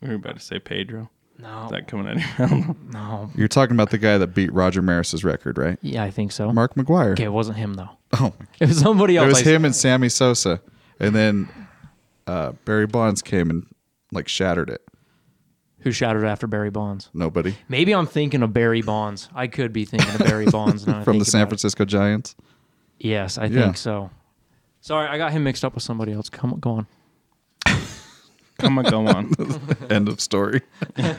We were about to say Pedro.
no.
Is that coming out of your mouth?
no.
You're talking about the guy that beat Roger Maris's record, right?
Yeah, I think so.
Mark McGuire.
Okay, it wasn't him though.
Oh, my
It was somebody
it
else.
was
I-
him and Sammy Sosa, and then uh, Barry Bonds came and like shattered it.
who shouted after Barry Bonds.
Nobody
Maybe I'm thinking of Barry Bonds. I could be thinking of Barry Bonds. now I
from the
think
San
about it.
Francisco Giants.
Yes, I
Yeah.
think so. Sorry, I got him mixed up with somebody else. Come go on.
Come on, go on.
End of story. All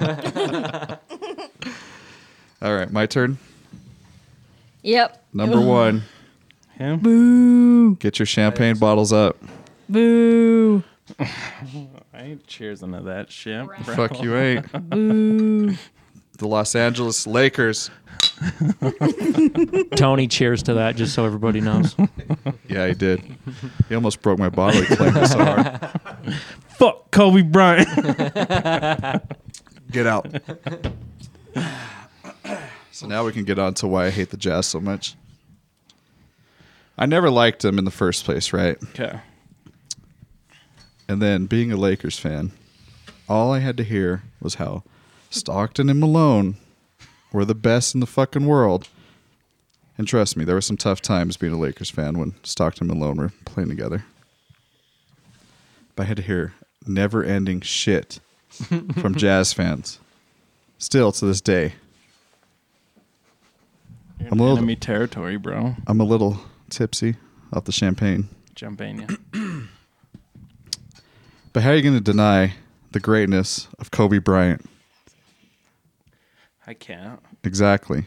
right, my turn.
Yep.
Number one,
Him?
get your champagne bottles up.
Boo.
I ain't cheersing to that shit. bro.
Fuck you ain't. The Los Angeles Lakers.
Tony, cheers to that, just so everybody knows.
Yeah, he did. He almost broke my bottle. He clamped it so hard.
Fuck Kobe Bryant.
Get out. So now we can get on to why I hate the Jazz so much. I never liked him in the first place, right?
okay.
And then being a Lakers fan, all I had to hear was how Stockton and Malone were the best in the fucking world. And trust me, there were some tough times being a Lakers fan when Stockton and Malone were playing together. But I had to hear never ending shit from Jazz fans. Still to this day,
You're
I'm
in
a little-
enemy territory, bro.
I'm a little tipsy off the champagne.
Jump in ya.
But how are you going to deny the greatness of Kobe Bryant?
I can't.
Exactly.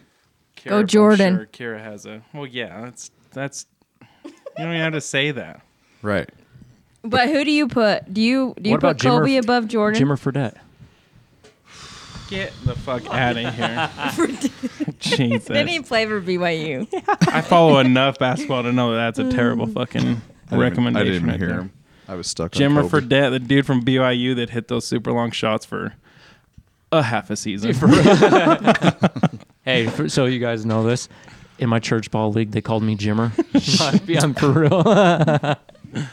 Kira,
Go
I'm
Jordan.
sure Kira has a. Well, yeah. That's that's. You don't even have to say that.
Right.
But who do you put? Do you do you
What about
put
Jimmer-
Kobe above Jordan?
Jimmer Fredette.
Get the fuck out of here. Jesus.
Didn't he play for BYU?
I follow enough basketball to know that that's a terrible
Mm.
fucking
I didn't even-
recommendation.
I didn't even
right
hear
there.
him. I was stuck.
Jimmer
on Kobe.
Fredette, the dude from BYU that hit those super long shots for a half a season.
Hey, for, so you guys know this. In my church ball league, they called me Jimmer. I'm for real.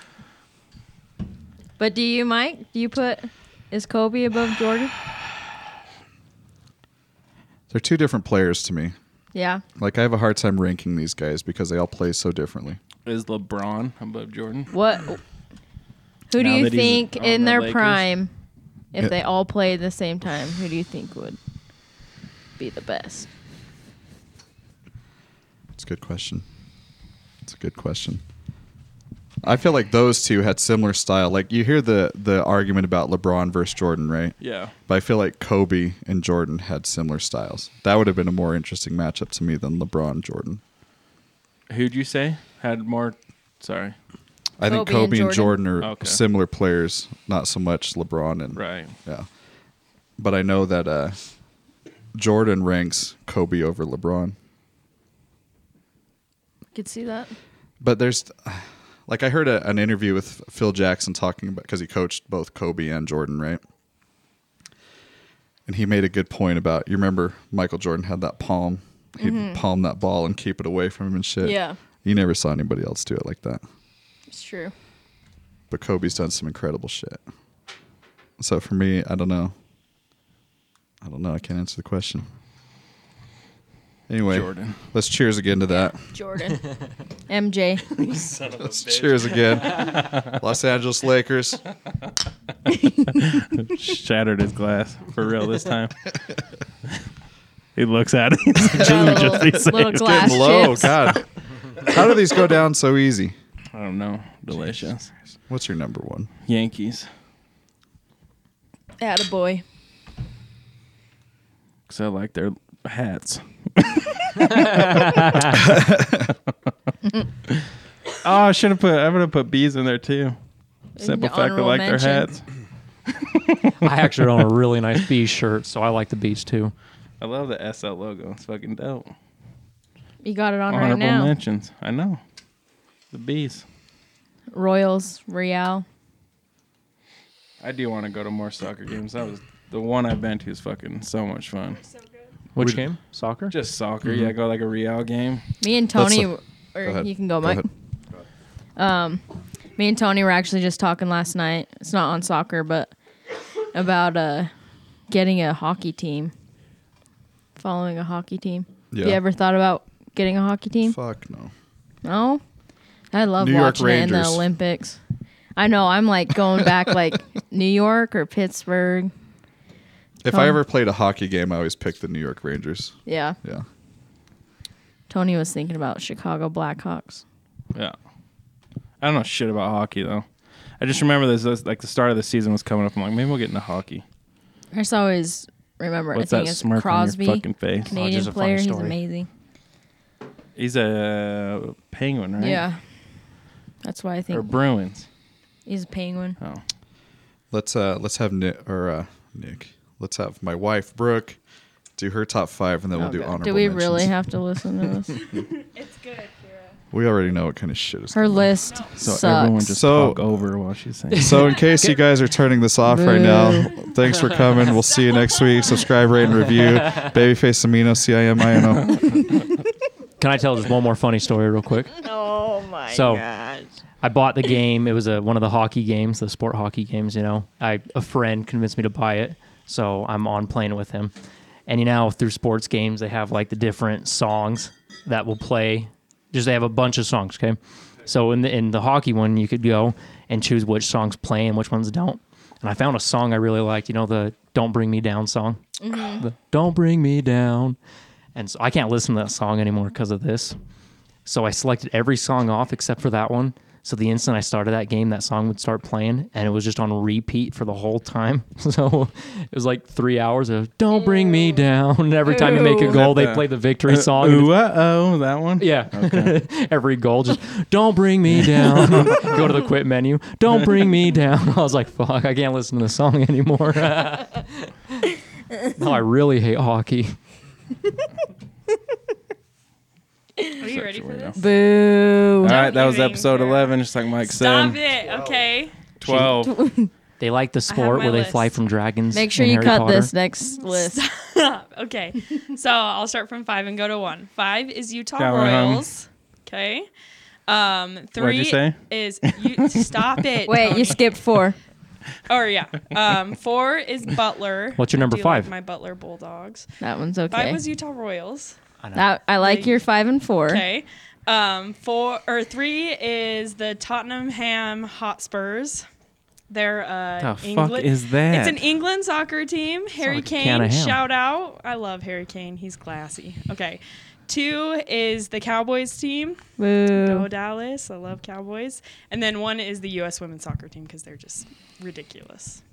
but do you, Mike? Do you put is Kobe above Jordan?
They're two different players to me.
Yeah.
Like I have a hard time ranking these guys because they all play so differently.
Is LeBron above Jordan?
What? Who do
Now
you
that he's
think
on
in
the
their
Lakers.
prime, if
Yeah.
they all played the same time, who do you think would be the best?
It's a good question. It's a good question. I feel like those two had similar style. Like you hear the the argument about LeBron versus Jordan, right?
Yeah.
But I feel like Kobe and Jordan had similar styles. That would have been a more interesting matchup to me than LeBron and Jordan.
Who'd you say had more? Sorry.
I think Kobe
Kobe and
and Jordan, are
Okay.
similar players, not so much LeBron and
Right.
Yeah. But I know that uh, Jordan ranks Kobe over LeBron.
Could see that.
But there's, like, I heard a, an interview with Phil Jackson talking about because he coached both Kobe and Jordan, right? And he made a good point about you remember Michael Jordan had that palm, he'd palm that ball and keep it away from him and shit.
Yeah.
you never saw anybody else do it like that.
It's true.
But Kobe's done some incredible shit. So for me, I don't know. I don't know. I can't answer the question. Anyway,
Jordan.
let's cheers again to that.
Jordan. MJ.
Let's cheers again. Los Angeles Lakers.
Shattered his glass for real this time. he looks at it.
Got a little, little glass
Getting low.
chips.
God. How do these go down so easy?
I don't know. Delicious.
What's your number one?
Yankees.
Attaboy.
Because I like their hats. oh, I should have put. I would have put bees in there too. Simple
An
fact, I
honorable
like
mention.
their hats.
I actually own a really nice beach shirt, so I like the beach too.
I love the SL logo. It's fucking dope.
You got it on right
Honorable
now.
mentions. I know. The bees.
Royals, Real.
I do want to go to more soccer games. That was the one I've been to is fucking so much fun.
So good.
Which
Would-
game? Soccer.
Just soccer. Yeah, go like a Real game.
Me and
That's
Tony,
the-
or
ahead.
you can go,
Go
Mike. Um,
ahead.
Me and Tony were actually just talking last night. It's not on soccer, but about uh, getting a hockey team, following a hockey team. You
Yeah.
ever thought about getting a hockey team?
Fuck no.
No. I love
New York
watching it in the
Rangers.
Olympics. I know. I'm like going back, like New York or Pittsburgh.
If
Tom?
I ever played a hockey game, I always picked the New York Rangers.
Yeah.
Yeah.
Tony was thinking about Chicago Blackhawks.
Yeah. I don't know shit about hockey though. I just remember this, this like the start of the season was coming up. I'm like, maybe we'll get into hockey.
I just always remember.
What's
I think
that
it's
smirk
Crosby,
on your fucking face?
Oh,
Canadian
just a funny
player. He's
story.
amazing.
He's a penguin, right?
Yeah. That's why I think
Or Bruins.
he's a penguin.
Oh.
Let's uh let's have Nick or uh Nick. Let's have my wife Brooke do her top five, and then we'll do honorable.
Do we really
mentions.
have to listen to this?
It's good, Kira.
We already know what kind of shit is.
Her list
So
sucks.
everyone just
So-
talk over while she's saying.
So in case you guys are turning this off right now, thanks for coming. We'll see you next week. Subscribe, rate, and review. Babyface Amino, C I M I N O.
Can I tell just one more funny story real quick?
Oh my
So-
gosh.
I bought the game. It was a, one of the hockey games, the sport hockey games. You know, I a friend convinced me to buy it, so I'm on playing with him. And you know, through sports games, they have like the different songs that will play. Just they have a bunch of songs. Okay, so in the in the hockey one, you could go and choose which songs play and which ones don't. And I found a song I really liked. You know, the "Don't Bring Me Down" song. The "Don't Bring Me Down," and so I can't listen to that song anymore because of this. So I selected every song off except for that one. So the instant I started that game, that song would start playing, and it was just on repeat for the whole time. So it was like three hours of "Don't Bring Me Down." And every time you make a
Ew.
goal, they
the-
play the victory song. and
Ooh, uh oh, that one.
yeah. Every goal, just don't bring me down. Go to the quit menu. Don't bring me down. I was like, fuck, I can't listen to this song anymore. now I really hate hockey.
Are you ready for this?
Boo.
All right, that was
Kidding,
episode
Sarah.
eleven. Just like Mike
Stop
said,
it, okay?
twelve.
They like the sport
my
where they
list.
fly from dragons.
Make sure
in
you
Harry
cut
Potter.
this next list.
Stop. Okay. so I'll start from five and go to one. Five is Utah
Down home.
Royals. Okay. Um, 3
you say?
is you stop it.
Wait, you
Tony.
skipped four.
Or yeah. Um, four is Butler.
What's your number
I do
five?
Like my Butler Bulldogs.
That one's
Five
okay.
was Utah Royals.
That I like your five and four.
Okay. Um, four or three is the Tottenham Hotspurs. They're uh,
The fuck
England-
is that?
It's an England soccer team. Harry
like a can
Kane,
of ham.
shout out! I love Harry Kane. He's classy. Okay, two is the Cowboys team. Go
Boo.
Dallas! I love Cowboys. And then one is the U.S. women's soccer team because they're just ridiculous.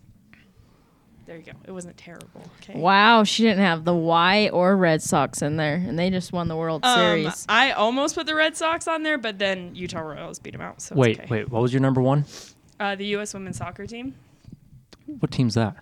There you go. It wasn't terrible. Okay.
Wow, she didn't have the Y or Red Sox in there, and they just won the World
Um,
Series.
I almost put the Red Sox on there, but then Utah Royals beat them out. So it's
Wait,
okay.
wait. What was your number one?
Uh, the U.S. women's soccer team.
What team's that?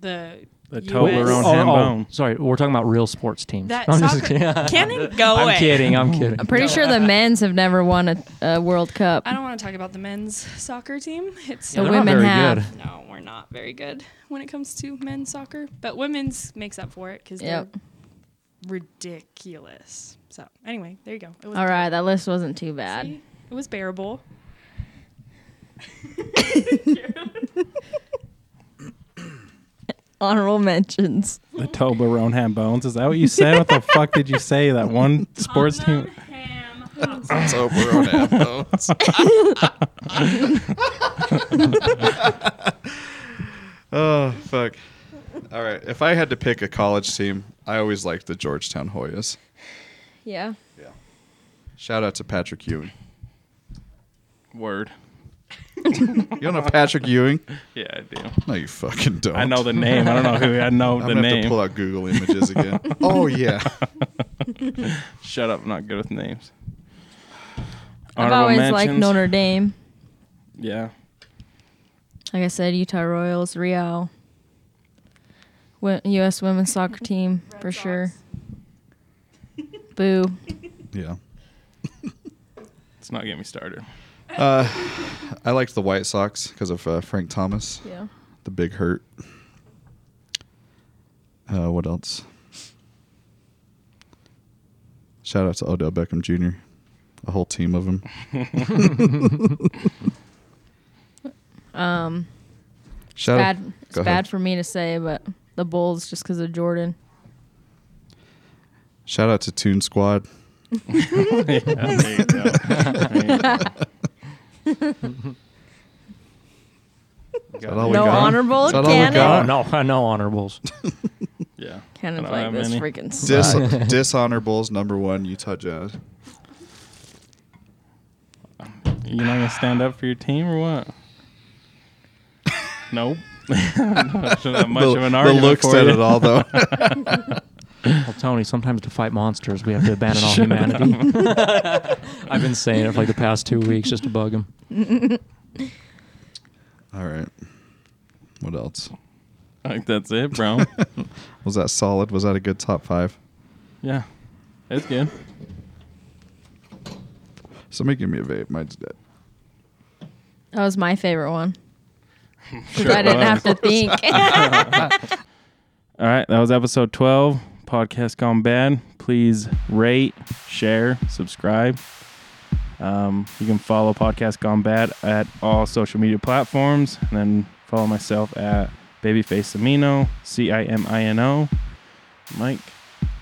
The
The
US
Toblerone
Oh,
ham
oh,
bone.
sorry, we're talking about real sports teams.
That
I'm just
soccer.
kidding.
Can it go away?
Oh. I'm kidding. I'm kidding.
I'm pretty sure the men's have never won a, a World Cup.
I don't want to talk about the men's soccer team. It's
Yeah,
They're
the
not
women
very
have.
good.
no, we're not very good when it comes to men's soccer, but women's makes up for it because
Yep.
they're ridiculous. So anyway, there you go. It was
All right, that list wasn't too bad.
See? It was bearable.
Honorable mentions.
The Toblerone ham bones. Is that what you said? what the fuck did you say? That one sports team. Oh,
It's over on Apple.
Oh fuck! All right, if I had to pick a college team, I always liked the Georgetown Hoyas.
Yeah.
Shout out to Patrick Ewing.
Word.
You don't know Patrick Ewing?
Yeah, I do.
No, you fucking don't.
I know the name. I don't know who. I know
I'm
the
gonna have to
name.
pull out Google images again. oh yeah.
Shut up. I'm not good with names.
I've
Honorable
always liked
mentions?
Notre Dame.
Yeah.
Like I said, Utah Royals, Real, Wo- U.S. women's soccer team for sure. Boo.
Yeah.
Let's not get me started.
I liked the White Sox because of uh, Frank Thomas,
Yeah.
the Big Hurt. Uh, what else? Shout out to Odell Beckham Jr. A whole team of them.
Um,
Shout
bad. It's
Go ahead.
bad for me to say, but the Bulls just because of Jordan.
Shout out to Toon Squad.
Yeah, there you go.
that all we
no
got?
honorable.
Is that all we
Can it?
got?
Oh, no, no, no honorables.
Yeah.
Kind of
I don't
like
have
this
any.
freaking.
Dis-
suck.
dishonorables number one Utah Jazz.
You not gonna stand up for your team or what? nope. not sure that much
the,
of an
the
argument
look
for
said
you.
it all though.
Well, Tony, sometimes to fight monsters, we have to abandon all humanity. I've been saying it for like the past two weeks just to bug him.
all right. What else?
Like that's it, bro.
Was that solid? Was that a good top five?
yeah, it's good.
Somebody give me a vape. Mine's dead.
That was my favorite one. 'Cause
Sure
I didn't
was.
have to think.
All right, that was episode twelve. Podcast gone bad. Please rate, share, subscribe. Um, you can follow Podcast Gone Bad at all social media platforms, and then follow myself at Babyface Amino, C I M I N O, Mike.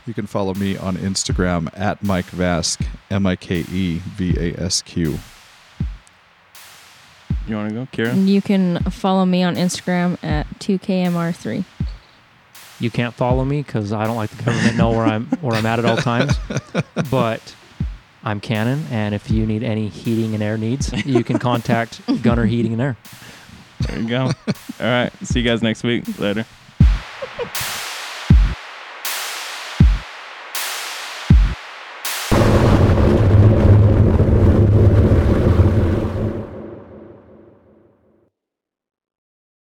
You can follow me on Instagram at Mike Vask, M I K E V A S Q.
You want to go, Kira?
you can follow me on Instagram at 2kmr3.
You can't follow me because I don't like the government know where I'm where I'm at at all times. But I'm Canon, and if you need any heating and air needs, you can contact Gunner Heating and Air.
There you go. All right. See you guys next week. Later.